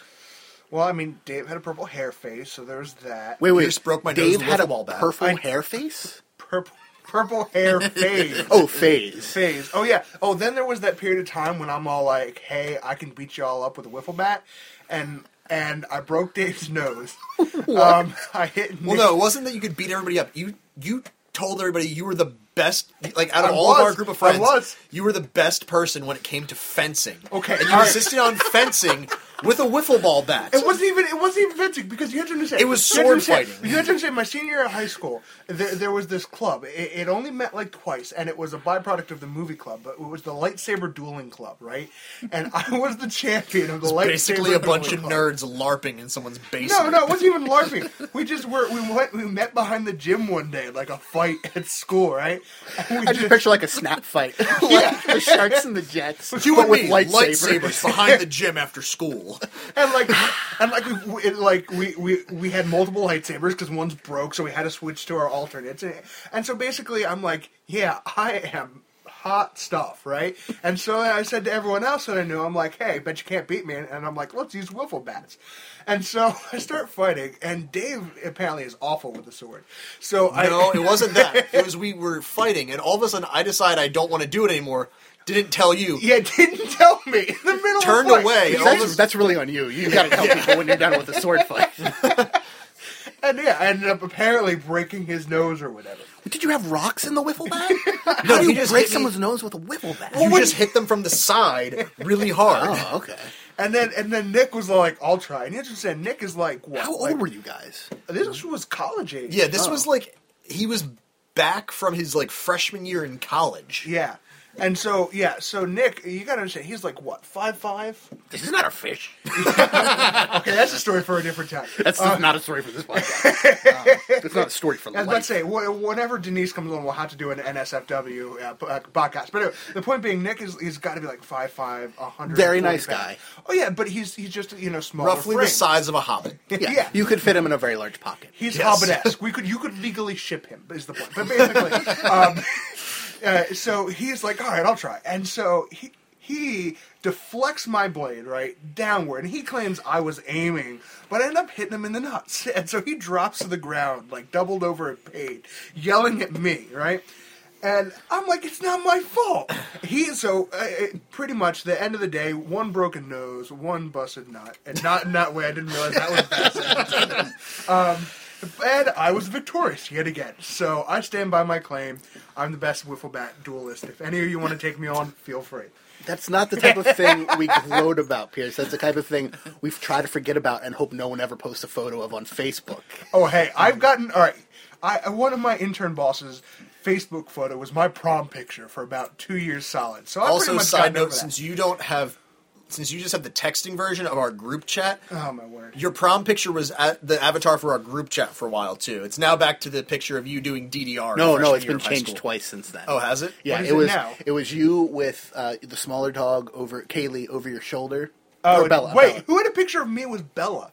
Speaker 9: Well, I mean, Dave had a purple hair face, so there's that.
Speaker 7: Wait,
Speaker 6: You
Speaker 7: wait,
Speaker 6: just broke my nose
Speaker 7: Dave
Speaker 6: with
Speaker 7: had
Speaker 6: a
Speaker 7: a
Speaker 6: ball bat.
Speaker 7: purple
Speaker 6: <laughs>
Speaker 9: I-
Speaker 7: hair face.
Speaker 9: purple purple
Speaker 7: <laughs>
Speaker 9: hair phase.
Speaker 7: Oh, phase.
Speaker 9: phase. Oh yeah. Oh, then there was that period of time when I'm all like, "Hey, I can beat y'all up with a wiffle bat," and and I broke
Speaker 7: <laughs>
Speaker 9: Dave's nose. um, I hit. Nick.
Speaker 6: well, no, it wasn't that you could beat everybody up. You you told everybody you were the best. Like out of
Speaker 9: I
Speaker 6: all of
Speaker 9: was.
Speaker 6: our group of
Speaker 9: I
Speaker 6: friends,
Speaker 9: was.
Speaker 6: you were the best person when it came to fencing.
Speaker 9: Okay,
Speaker 6: and you
Speaker 9: all right.
Speaker 6: insisted on fencing with a wiffle ball bat.
Speaker 9: It wasn't even. It wasn't even fencing because you had to understand.
Speaker 6: It was
Speaker 9: you had to
Speaker 6: sword
Speaker 9: understand-
Speaker 6: fighting.
Speaker 9: You had to understand. My senior year of high school, there, there was this club. It, it only met like twice, and it was a byproduct of the movie club. But it was the lightsaber dueling club, right? And I <laughs> was the champion of the lightsaber.
Speaker 6: basically a bunch
Speaker 9: dueling
Speaker 6: of
Speaker 9: club.
Speaker 6: nerds larping in someone's
Speaker 9: No,
Speaker 6: basement.
Speaker 9: no, it wasn't even LARPing. We just were we went we met behind the gym one day, like a fight at school, right? And we
Speaker 7: I just picture like a snap fight, <laughs> like the sharks and the jets,
Speaker 6: You
Speaker 7: but
Speaker 6: and
Speaker 7: with
Speaker 6: me,
Speaker 7: lightsabers.
Speaker 6: lightsabers behind the gym after
Speaker 9: <laughs>
Speaker 6: school.
Speaker 9: and like and like we- we it, like we, we we had multiple lightsabers because one's broke, so we had to switch to our alternates, and, and so basically I'm like, yeah, I am hot stuff, right? And so I said to everyone else that I knew, I'm like, hey, bet you can't beat me, and I'm like, let's use wiffle bats, and so <laughs> I start fighting, and Dave apparently is awful with the sword, so I
Speaker 6: No, it wasn't that. It was we were fighting, and all of a sudden I decide I don't want to do it anymore. Didn't tell you.
Speaker 9: <laughs> Yeah, didn't tell me in the middle.
Speaker 6: Turned
Speaker 9: of the fight.
Speaker 6: away. and all of a
Speaker 7: That's, that's really on you. You got to
Speaker 6: <laughs>
Speaker 7: tell people when you're done with a sword fight.
Speaker 9: and yeah, I ended up apparently breaking his nose or whatever.
Speaker 7: Did you have rocks in the wiffle bat?
Speaker 6: No,
Speaker 7: How do
Speaker 6: he
Speaker 7: you
Speaker 6: just
Speaker 7: break
Speaker 6: hit me.
Speaker 7: someone's nose with a wiffle Oh, bat?
Speaker 6: you just hit them from the side really hard.
Speaker 7: oh, okay.
Speaker 9: And then and then Nick was like, "I'll try." And you understand, Nick is like, what?
Speaker 7: How
Speaker 9: like,
Speaker 7: old were you guys?
Speaker 9: This was college age.
Speaker 6: Yeah, this
Speaker 7: Oh.
Speaker 6: was like he was back from his like freshman year in college.
Speaker 9: yeah. And so yeah, so Nick, you gotta understand, he's like what five five.
Speaker 7: This is not a <laughs> fish.
Speaker 9: Okay, that's a story for a different time.
Speaker 7: That's not a story for this podcast. <laughs> It's Uh, not a story for
Speaker 9: I
Speaker 7: life.
Speaker 9: was about to say, wh- whenever Denise comes on, we'll have to do an NSFW uh, p- uh, podcast. But anyway, the point being, Nick is he's got to be like five five, a hundred.
Speaker 7: Very nice guy.
Speaker 9: Oh yeah, but he's he's just you know smaller.
Speaker 6: Roughly
Speaker 9: frame.
Speaker 6: the size of a hobbit.
Speaker 7: yeah,
Speaker 9: <laughs> yeah.
Speaker 7: you could fit him in a very large pocket.
Speaker 9: He's
Speaker 6: Yes.
Speaker 9: Hobbit-esque. We could you could legally ship him is the point. But basically, um, uh, so he's like, all right, I'll try. And so he he deflects my blade right downward, and he claims I was aiming, but I end up hitting him in the nuts. <laughs> And so he drops to the ground like doubled over and paid, yelling at me right. And I'm like, it's not my fault. <coughs> He so uh, it- pretty much the end of the day, one broken nose, one busted nut, and not in that way. I didn't realize that was bad and I was victorious yet again. So I stand by my claim. I'm the best wiffle bat duelist. If any of you want to take me on, feel free.
Speaker 7: That's not the type of thing we gloat about, Pierce. That's the type of thing we've tried to forget about and hope no one ever posts a photo of on Facebook.
Speaker 9: Oh hey, I've gotten all right. I one of my intern bosses. Facebook photo was my prom picture for about two years solid. So I pretty
Speaker 6: also,
Speaker 9: much
Speaker 6: side
Speaker 9: gotten over
Speaker 6: note,
Speaker 9: that.
Speaker 6: since you don't have, since you just have the texting version of our group chat,
Speaker 9: oh my word,
Speaker 6: Your prom picture was at the avatar for our group chat for a while too. It's now back to the picture of you doing DDR.
Speaker 7: No,
Speaker 6: in
Speaker 7: no,
Speaker 6: freshman
Speaker 7: it's
Speaker 6: year
Speaker 7: been
Speaker 6: of high
Speaker 7: changed
Speaker 6: school.
Speaker 7: twice since then.
Speaker 6: Oh, has it?
Speaker 7: Yeah,
Speaker 9: What is
Speaker 7: it
Speaker 9: it
Speaker 7: was
Speaker 9: now?
Speaker 7: it was you with uh, the smaller dog over Kaylee over your shoulder.
Speaker 9: Oh,
Speaker 7: or Bella.
Speaker 9: wait,
Speaker 7: Bella.
Speaker 9: who had a picture of me with Bella?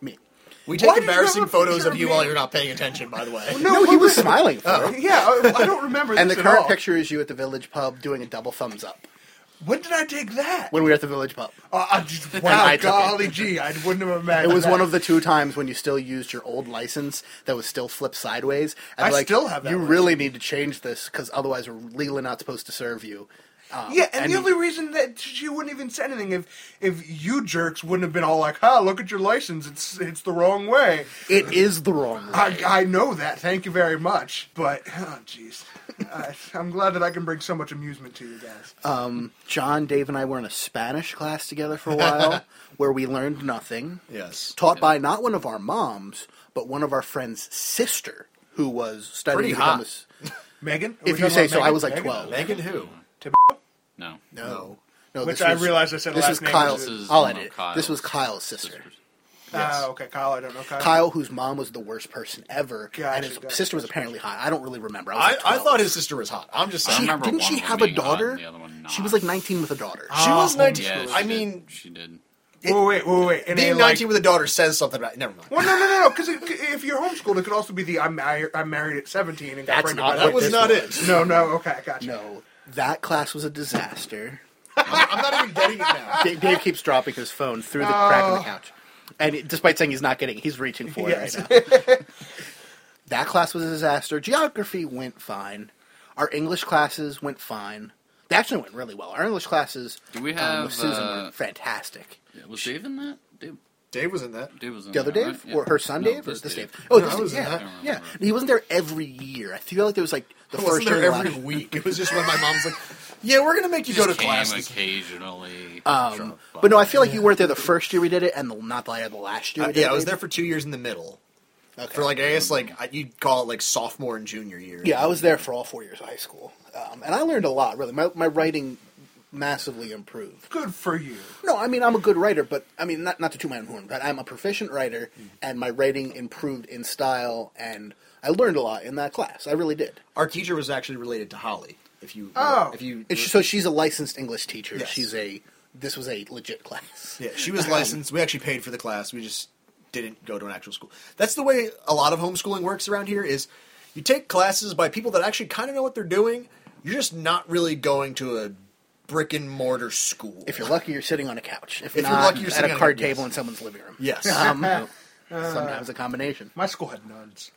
Speaker 7: me?
Speaker 6: We
Speaker 9: Why
Speaker 6: take
Speaker 9: did you have
Speaker 6: embarrassing
Speaker 9: a
Speaker 6: photos
Speaker 9: picture
Speaker 6: of
Speaker 9: of
Speaker 6: you
Speaker 9: me?
Speaker 6: while you're not paying attention. By the <laughs> way,
Speaker 7: No, he was smiling. For her.
Speaker 9: Oh, Yeah, I, I don't remember.
Speaker 7: And the
Speaker 9: this at
Speaker 7: current
Speaker 9: all.
Speaker 7: picture is you at the village pub doing a double thumbs up
Speaker 9: When did I take that?
Speaker 7: when we were at the village pub.
Speaker 9: Uh, I
Speaker 7: <laughs>
Speaker 9: just,
Speaker 7: I
Speaker 9: wow,
Speaker 7: took it.
Speaker 9: golly gee, I wouldn't have
Speaker 7: It
Speaker 9: imagined.
Speaker 7: was
Speaker 9: that.
Speaker 7: one of the two times when you still used your old license that was still flipped sideways. And
Speaker 9: I
Speaker 7: like,
Speaker 9: still have that
Speaker 7: You
Speaker 9: license.
Speaker 7: really need to change this because otherwise we're legally not supposed to serve you.
Speaker 9: yeah, and,
Speaker 7: and-
Speaker 9: the only reason that she wouldn't even say anything if if you jerks wouldn't have been all like, "Ha, look at your license. It's it's the wrong way."
Speaker 7: It is the wrong way.
Speaker 9: I, I know that. Thank you very much. But oh, jeez, I- I'm glad that I can bring so much amusement to you guys.
Speaker 7: Uh, John, Dave, and I were in a Spanish class together for a
Speaker 9: <laughs>
Speaker 7: while where we learned nothing.
Speaker 6: Yes.
Speaker 7: Taught by not one of our moms, but one of our friend's sister who was studying
Speaker 6: Pretty
Speaker 7: to become a
Speaker 6: hot.
Speaker 7: s-
Speaker 9: Megan, Are we
Speaker 7: If you
Speaker 9: talking
Speaker 7: say
Speaker 9: about
Speaker 7: so, I
Speaker 9: Megan?
Speaker 7: was like
Speaker 9: Megan?
Speaker 7: 12.
Speaker 6: Megan who?
Speaker 5: No.
Speaker 6: No.
Speaker 7: No,
Speaker 9: Which
Speaker 7: this
Speaker 9: I
Speaker 7: was-
Speaker 9: realized I said
Speaker 7: this
Speaker 9: last
Speaker 7: was
Speaker 9: name.
Speaker 7: Kyle's.
Speaker 9: This
Speaker 5: is
Speaker 7: I'll
Speaker 5: one of
Speaker 7: edit.
Speaker 5: Kyle's
Speaker 7: This was Kyle's sister.
Speaker 9: Ah, okay, Kyle. I don't know Kyle.
Speaker 7: Kyle, whose mom was the worst person ever, and
Speaker 9: Gotcha,
Speaker 7: his
Speaker 9: gotcha,
Speaker 7: sister was
Speaker 9: gotcha.
Speaker 7: apparently hot. I don't really remember. I, was
Speaker 6: I,
Speaker 7: like
Speaker 6: I
Speaker 7: 12.
Speaker 6: thought his sister was hot. I'm just
Speaker 7: she,
Speaker 6: saying.
Speaker 5: remember
Speaker 7: didn't
Speaker 5: one
Speaker 7: she
Speaker 5: of them
Speaker 7: have a
Speaker 5: being hot and
Speaker 7: daughter?
Speaker 5: the other one not.
Speaker 7: She was like 19 with a daughter.
Speaker 6: She was 19.
Speaker 5: Oh, Yeah, she
Speaker 6: I
Speaker 5: did.
Speaker 6: mean,
Speaker 5: she did.
Speaker 9: Wait, wait, wait, wait.
Speaker 6: being
Speaker 9: And they, like-
Speaker 6: 19 with a daughter says something about Never mind.
Speaker 9: Well, no, no, no, no. Because if you're homeschooled, it could also be the I'm, mar- I'm married at 17 and got
Speaker 7: That's
Speaker 9: pregnant.
Speaker 7: not
Speaker 9: by
Speaker 6: That
Speaker 7: what
Speaker 6: was
Speaker 7: this
Speaker 6: not
Speaker 7: was.
Speaker 6: it.
Speaker 9: No, no. Okay, I got you.
Speaker 7: No, that class was a disaster.
Speaker 6: I'm not even getting it now. Oh.
Speaker 7: Dave, Dave keeps dropping his phone through the crack in the couch, and it- despite saying he's not getting, it, he's reaching for
Speaker 9: Yes.
Speaker 7: it right now.
Speaker 6: <laughs>
Speaker 7: that class was a disaster. Geography went fine. Our English classes went fine. They actually went really well. Our English classes
Speaker 5: Do we
Speaker 7: um,
Speaker 5: have,
Speaker 7: with Susan
Speaker 5: uh,
Speaker 7: were fantastic.
Speaker 5: Yeah, was Dave in that? Dave,
Speaker 6: Dave was in that.
Speaker 5: Dave was in
Speaker 7: The other
Speaker 5: that,
Speaker 7: Dave,
Speaker 5: right? Oh, Yeah.
Speaker 7: or her son
Speaker 5: No,
Speaker 7: Dave, or this Dave? Oh, this
Speaker 6: I was
Speaker 7: Dave.
Speaker 6: in that.
Speaker 7: Yeah,
Speaker 5: I don't
Speaker 7: yeah.
Speaker 5: remember.
Speaker 7: He wasn't there every year. I feel like there was like the
Speaker 6: I
Speaker 7: first
Speaker 6: wasn't
Speaker 7: year
Speaker 6: there
Speaker 7: and
Speaker 6: every
Speaker 7: last-
Speaker 6: week. It was just when my mom's like, <laughs> "Yeah, we're gonna make you
Speaker 5: He
Speaker 6: go to
Speaker 5: just came
Speaker 6: classes."
Speaker 5: occasionally. Sure,
Speaker 7: Um, But no, I feel like you weren't there the first year we did it, and the, not the, the last year.
Speaker 6: Uh,
Speaker 7: We did
Speaker 6: yeah,
Speaker 7: it,
Speaker 6: I was there
Speaker 7: maybe.
Speaker 6: for two years in the middle. For like, I guess like I- you'd call it like sophomore and junior year.
Speaker 7: Yeah, I was there for all four years of high school, um, and I learned a lot. Really, my my writing massively improved.
Speaker 9: Good for you.
Speaker 7: No, I mean I'm a good writer, but I mean not not to toot my own horn, but I'm a proficient writer, and my writing improved in style, and I learned a lot in that class. I really did.
Speaker 6: Our teacher was actually related to Holly. If you,
Speaker 9: Oh.
Speaker 6: if you,
Speaker 7: And she, so she's a licensed English teacher.
Speaker 6: Yes.
Speaker 7: She's a this was a legit class.
Speaker 6: yeah, she
Speaker 7: Um,
Speaker 6: was licensed. We actually paid for the class. We just didn't go to an actual school. That's the way a lot of homeschooling works around here. Is you take classes by people that actually kind of know what they're doing. You're just not really going to a brick and mortar school.
Speaker 7: If you're lucky, you're sitting on a couch. If,
Speaker 6: If
Speaker 7: not,
Speaker 6: you're
Speaker 7: you're
Speaker 6: lucky, you're
Speaker 7: at
Speaker 6: sitting
Speaker 7: a
Speaker 6: on a-
Speaker 7: card
Speaker 6: yes.
Speaker 7: table in someone's living room.
Speaker 6: Yes.
Speaker 7: Um, <laughs> sometimes a combination.
Speaker 9: My school had nuns.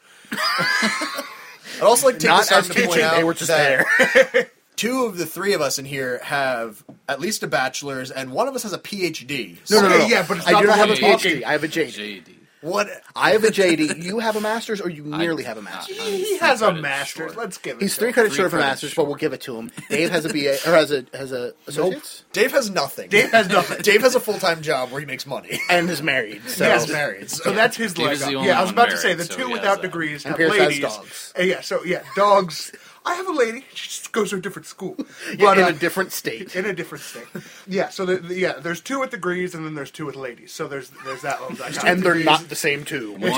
Speaker 6: I'd also like to take
Speaker 7: Not
Speaker 6: this time
Speaker 7: as
Speaker 6: to point
Speaker 7: teaching,
Speaker 6: out
Speaker 7: they were just
Speaker 6: that
Speaker 7: there.
Speaker 6: two of the three of us in here have at least a bachelor's, and one of us has a PhD.
Speaker 7: No, <laughs> no, no, <laughs>
Speaker 9: Okay,
Speaker 7: no.
Speaker 9: yeah, but it's
Speaker 7: I
Speaker 9: not
Speaker 7: do
Speaker 9: the
Speaker 7: not have a PhD.
Speaker 9: one talking.
Speaker 7: I have a JD.
Speaker 5: JD.
Speaker 6: What?
Speaker 7: I have a JD. You have a master's, or you nearly
Speaker 5: I-
Speaker 7: have a master's.
Speaker 5: I-
Speaker 9: He
Speaker 5: Three
Speaker 9: has a
Speaker 5: credits
Speaker 9: master's.
Speaker 5: short.
Speaker 9: Let's give it.
Speaker 7: He's
Speaker 9: to
Speaker 7: three
Speaker 9: him.
Speaker 7: credits
Speaker 5: Three
Speaker 7: short of a
Speaker 5: credits
Speaker 7: master's, but we'll give it to him. Dave has a BA or has a has a associates,
Speaker 6: Dave has nothing.
Speaker 9: Dave
Speaker 7: <laughs>
Speaker 9: has nothing.
Speaker 6: Dave has a full time job where he makes money.
Speaker 7: and is married. So
Speaker 9: Yes.
Speaker 6: married. So
Speaker 9: So that's his
Speaker 5: Dave
Speaker 9: leg
Speaker 5: is the
Speaker 9: up.
Speaker 5: only
Speaker 9: Yeah, I was
Speaker 5: one
Speaker 9: about to say
Speaker 5: married,
Speaker 9: the
Speaker 5: so
Speaker 9: two
Speaker 5: he has
Speaker 9: without
Speaker 5: that.
Speaker 9: degrees have
Speaker 7: Pierce has
Speaker 9: ladies.
Speaker 7: dogs.
Speaker 9: Uh, yeah, so yeah, dogs. I have a lady. She just goes to a different school,
Speaker 7: Yeah, <laughs>
Speaker 9: but
Speaker 7: in
Speaker 9: uh,
Speaker 7: a different state.
Speaker 9: in a different state. Yeah, so the, the- yeah, there's two with degrees, and then there's two with ladies. So there's there's that little dichotomy.
Speaker 7: and they're not the same two.
Speaker 5: Which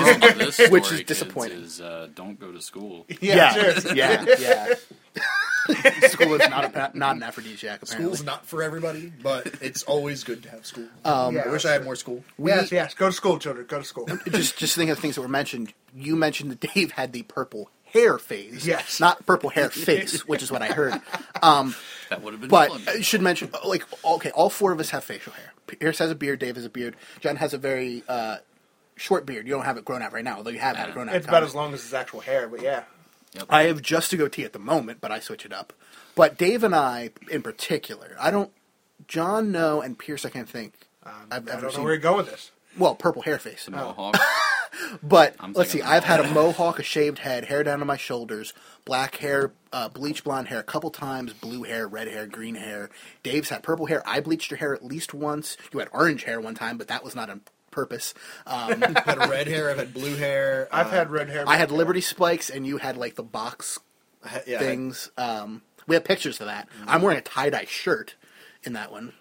Speaker 7: <laughs>
Speaker 5: is,
Speaker 7: which is disappointing.
Speaker 5: Is, uh, don't go
Speaker 7: <laughs>
Speaker 5: to school.
Speaker 9: yeah, sure.
Speaker 7: yeah, yeah. <laughs> School is not a, not an aphrodisiac. Apparently,
Speaker 6: School's not for everybody, but it's always good to have school.
Speaker 7: Um,
Speaker 9: Yeah,
Speaker 6: I wish I had more school.
Speaker 9: yes, yes. Go to school, children. Go to school.
Speaker 7: just just think of things that were mentioned. You mentioned that Dave had the purple hair phase.
Speaker 9: Yes.
Speaker 7: not purple hair face,
Speaker 9: <laughs>
Speaker 7: which is what I heard. Um,
Speaker 5: That would have been
Speaker 7: But
Speaker 5: fun.
Speaker 7: I should mention, uh, like, okay, all four of us have facial hair. Pierce has a beard. Dave has a beard. John has a very uh, short beard. You don't have it grown out right now, although you have had it grown out.
Speaker 9: It's about as long as his actual hair, but yeah.
Speaker 7: I have just a goatee at the moment, but I switch it up. But Dave and I, in particular, I don't. John, no, and Pierce, I can't think. I've
Speaker 9: I
Speaker 7: ever
Speaker 9: don't know
Speaker 7: seen.
Speaker 9: where you're going with this.
Speaker 7: Well, purple hair face.
Speaker 9: oh,
Speaker 5: Mohawk.
Speaker 7: But let's see.
Speaker 5: thinking
Speaker 7: I've had a mohawk, a shaved head, hair down to my shoulders, black hair, uh, bleach blonde hair a couple times, blue hair, red hair, green hair. Dave's had purple hair. I bleached your hair at least once. You had orange hair one time, but that was not on purpose. Um,
Speaker 6: <laughs> I've had red hair. I've had blue hair.
Speaker 9: I've
Speaker 6: uh,
Speaker 9: had red hair.
Speaker 7: I had Liberty spikes, and you had like the box
Speaker 6: I had- uh, yeah, I had-
Speaker 7: things. Um, we have pictures of that. I'm wearing a tie dye shirt in that one.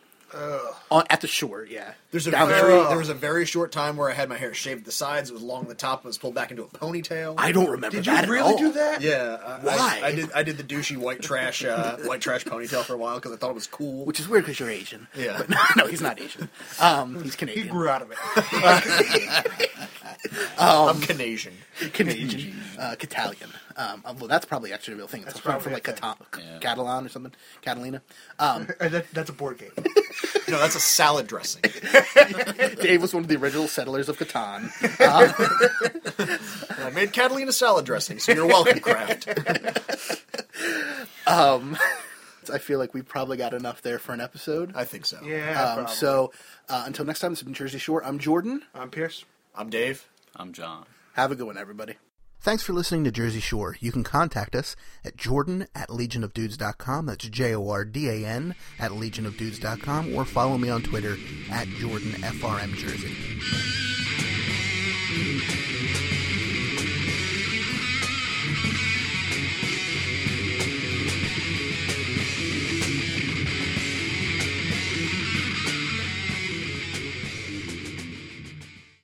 Speaker 7: On, at the shore, yeah.
Speaker 6: There's a
Speaker 7: Down the
Speaker 6: very,
Speaker 7: shore.
Speaker 6: there was a very short time where I had my hair shaved at the sides. It was long at the top. It was pulled back into a ponytail.
Speaker 7: I don't remember.
Speaker 9: Did you
Speaker 7: that at
Speaker 9: really
Speaker 7: all.
Speaker 9: do that?
Speaker 6: Yeah, I- I-
Speaker 7: Why?
Speaker 6: I, did. I did the douchey white trash, uh, white trash ponytail for a while because I thought it was cool. <laughs>
Speaker 7: Which is weird because you're Asian.
Speaker 6: Yeah.
Speaker 7: But <laughs> no, no, he's not Asian. Um, he's
Speaker 9: He
Speaker 7: Canadian.
Speaker 9: grew
Speaker 7: <laughs>
Speaker 9: out of it.
Speaker 6: I'm Canadian.
Speaker 7: Canadian, uh, Catalan. Um, uh, well, that's probably actually a real thing. It's
Speaker 9: That's
Speaker 7: from, from like
Speaker 9: probably a
Speaker 7: Cata-
Speaker 5: Yeah.
Speaker 7: Catalan or something, Catalina. Um,
Speaker 9: Uh, that, that's a board game.
Speaker 6: No, that's a salad dressing.
Speaker 7: Dave was one of the original settlers of Catan.
Speaker 6: I made Catalina salad dressing, so you're welcome, Kraft.
Speaker 7: I feel like we probably got enough there for an episode.
Speaker 6: I think so.
Speaker 9: Yeah.
Speaker 7: Um,
Speaker 9: probably.
Speaker 7: so uh, until next time, this has been Jersey Shore. I'm Jordan.
Speaker 9: I'm Pierce.
Speaker 6: I'm Dave.
Speaker 5: I'm John.
Speaker 7: Have a good one, everybody. Thanks for listening to Jersey Shore. You can contact us at jordan at legionofdudes.com. That's J O R D A N at legionofdudes.com or follow me on Twitter at jordanfrmjersey.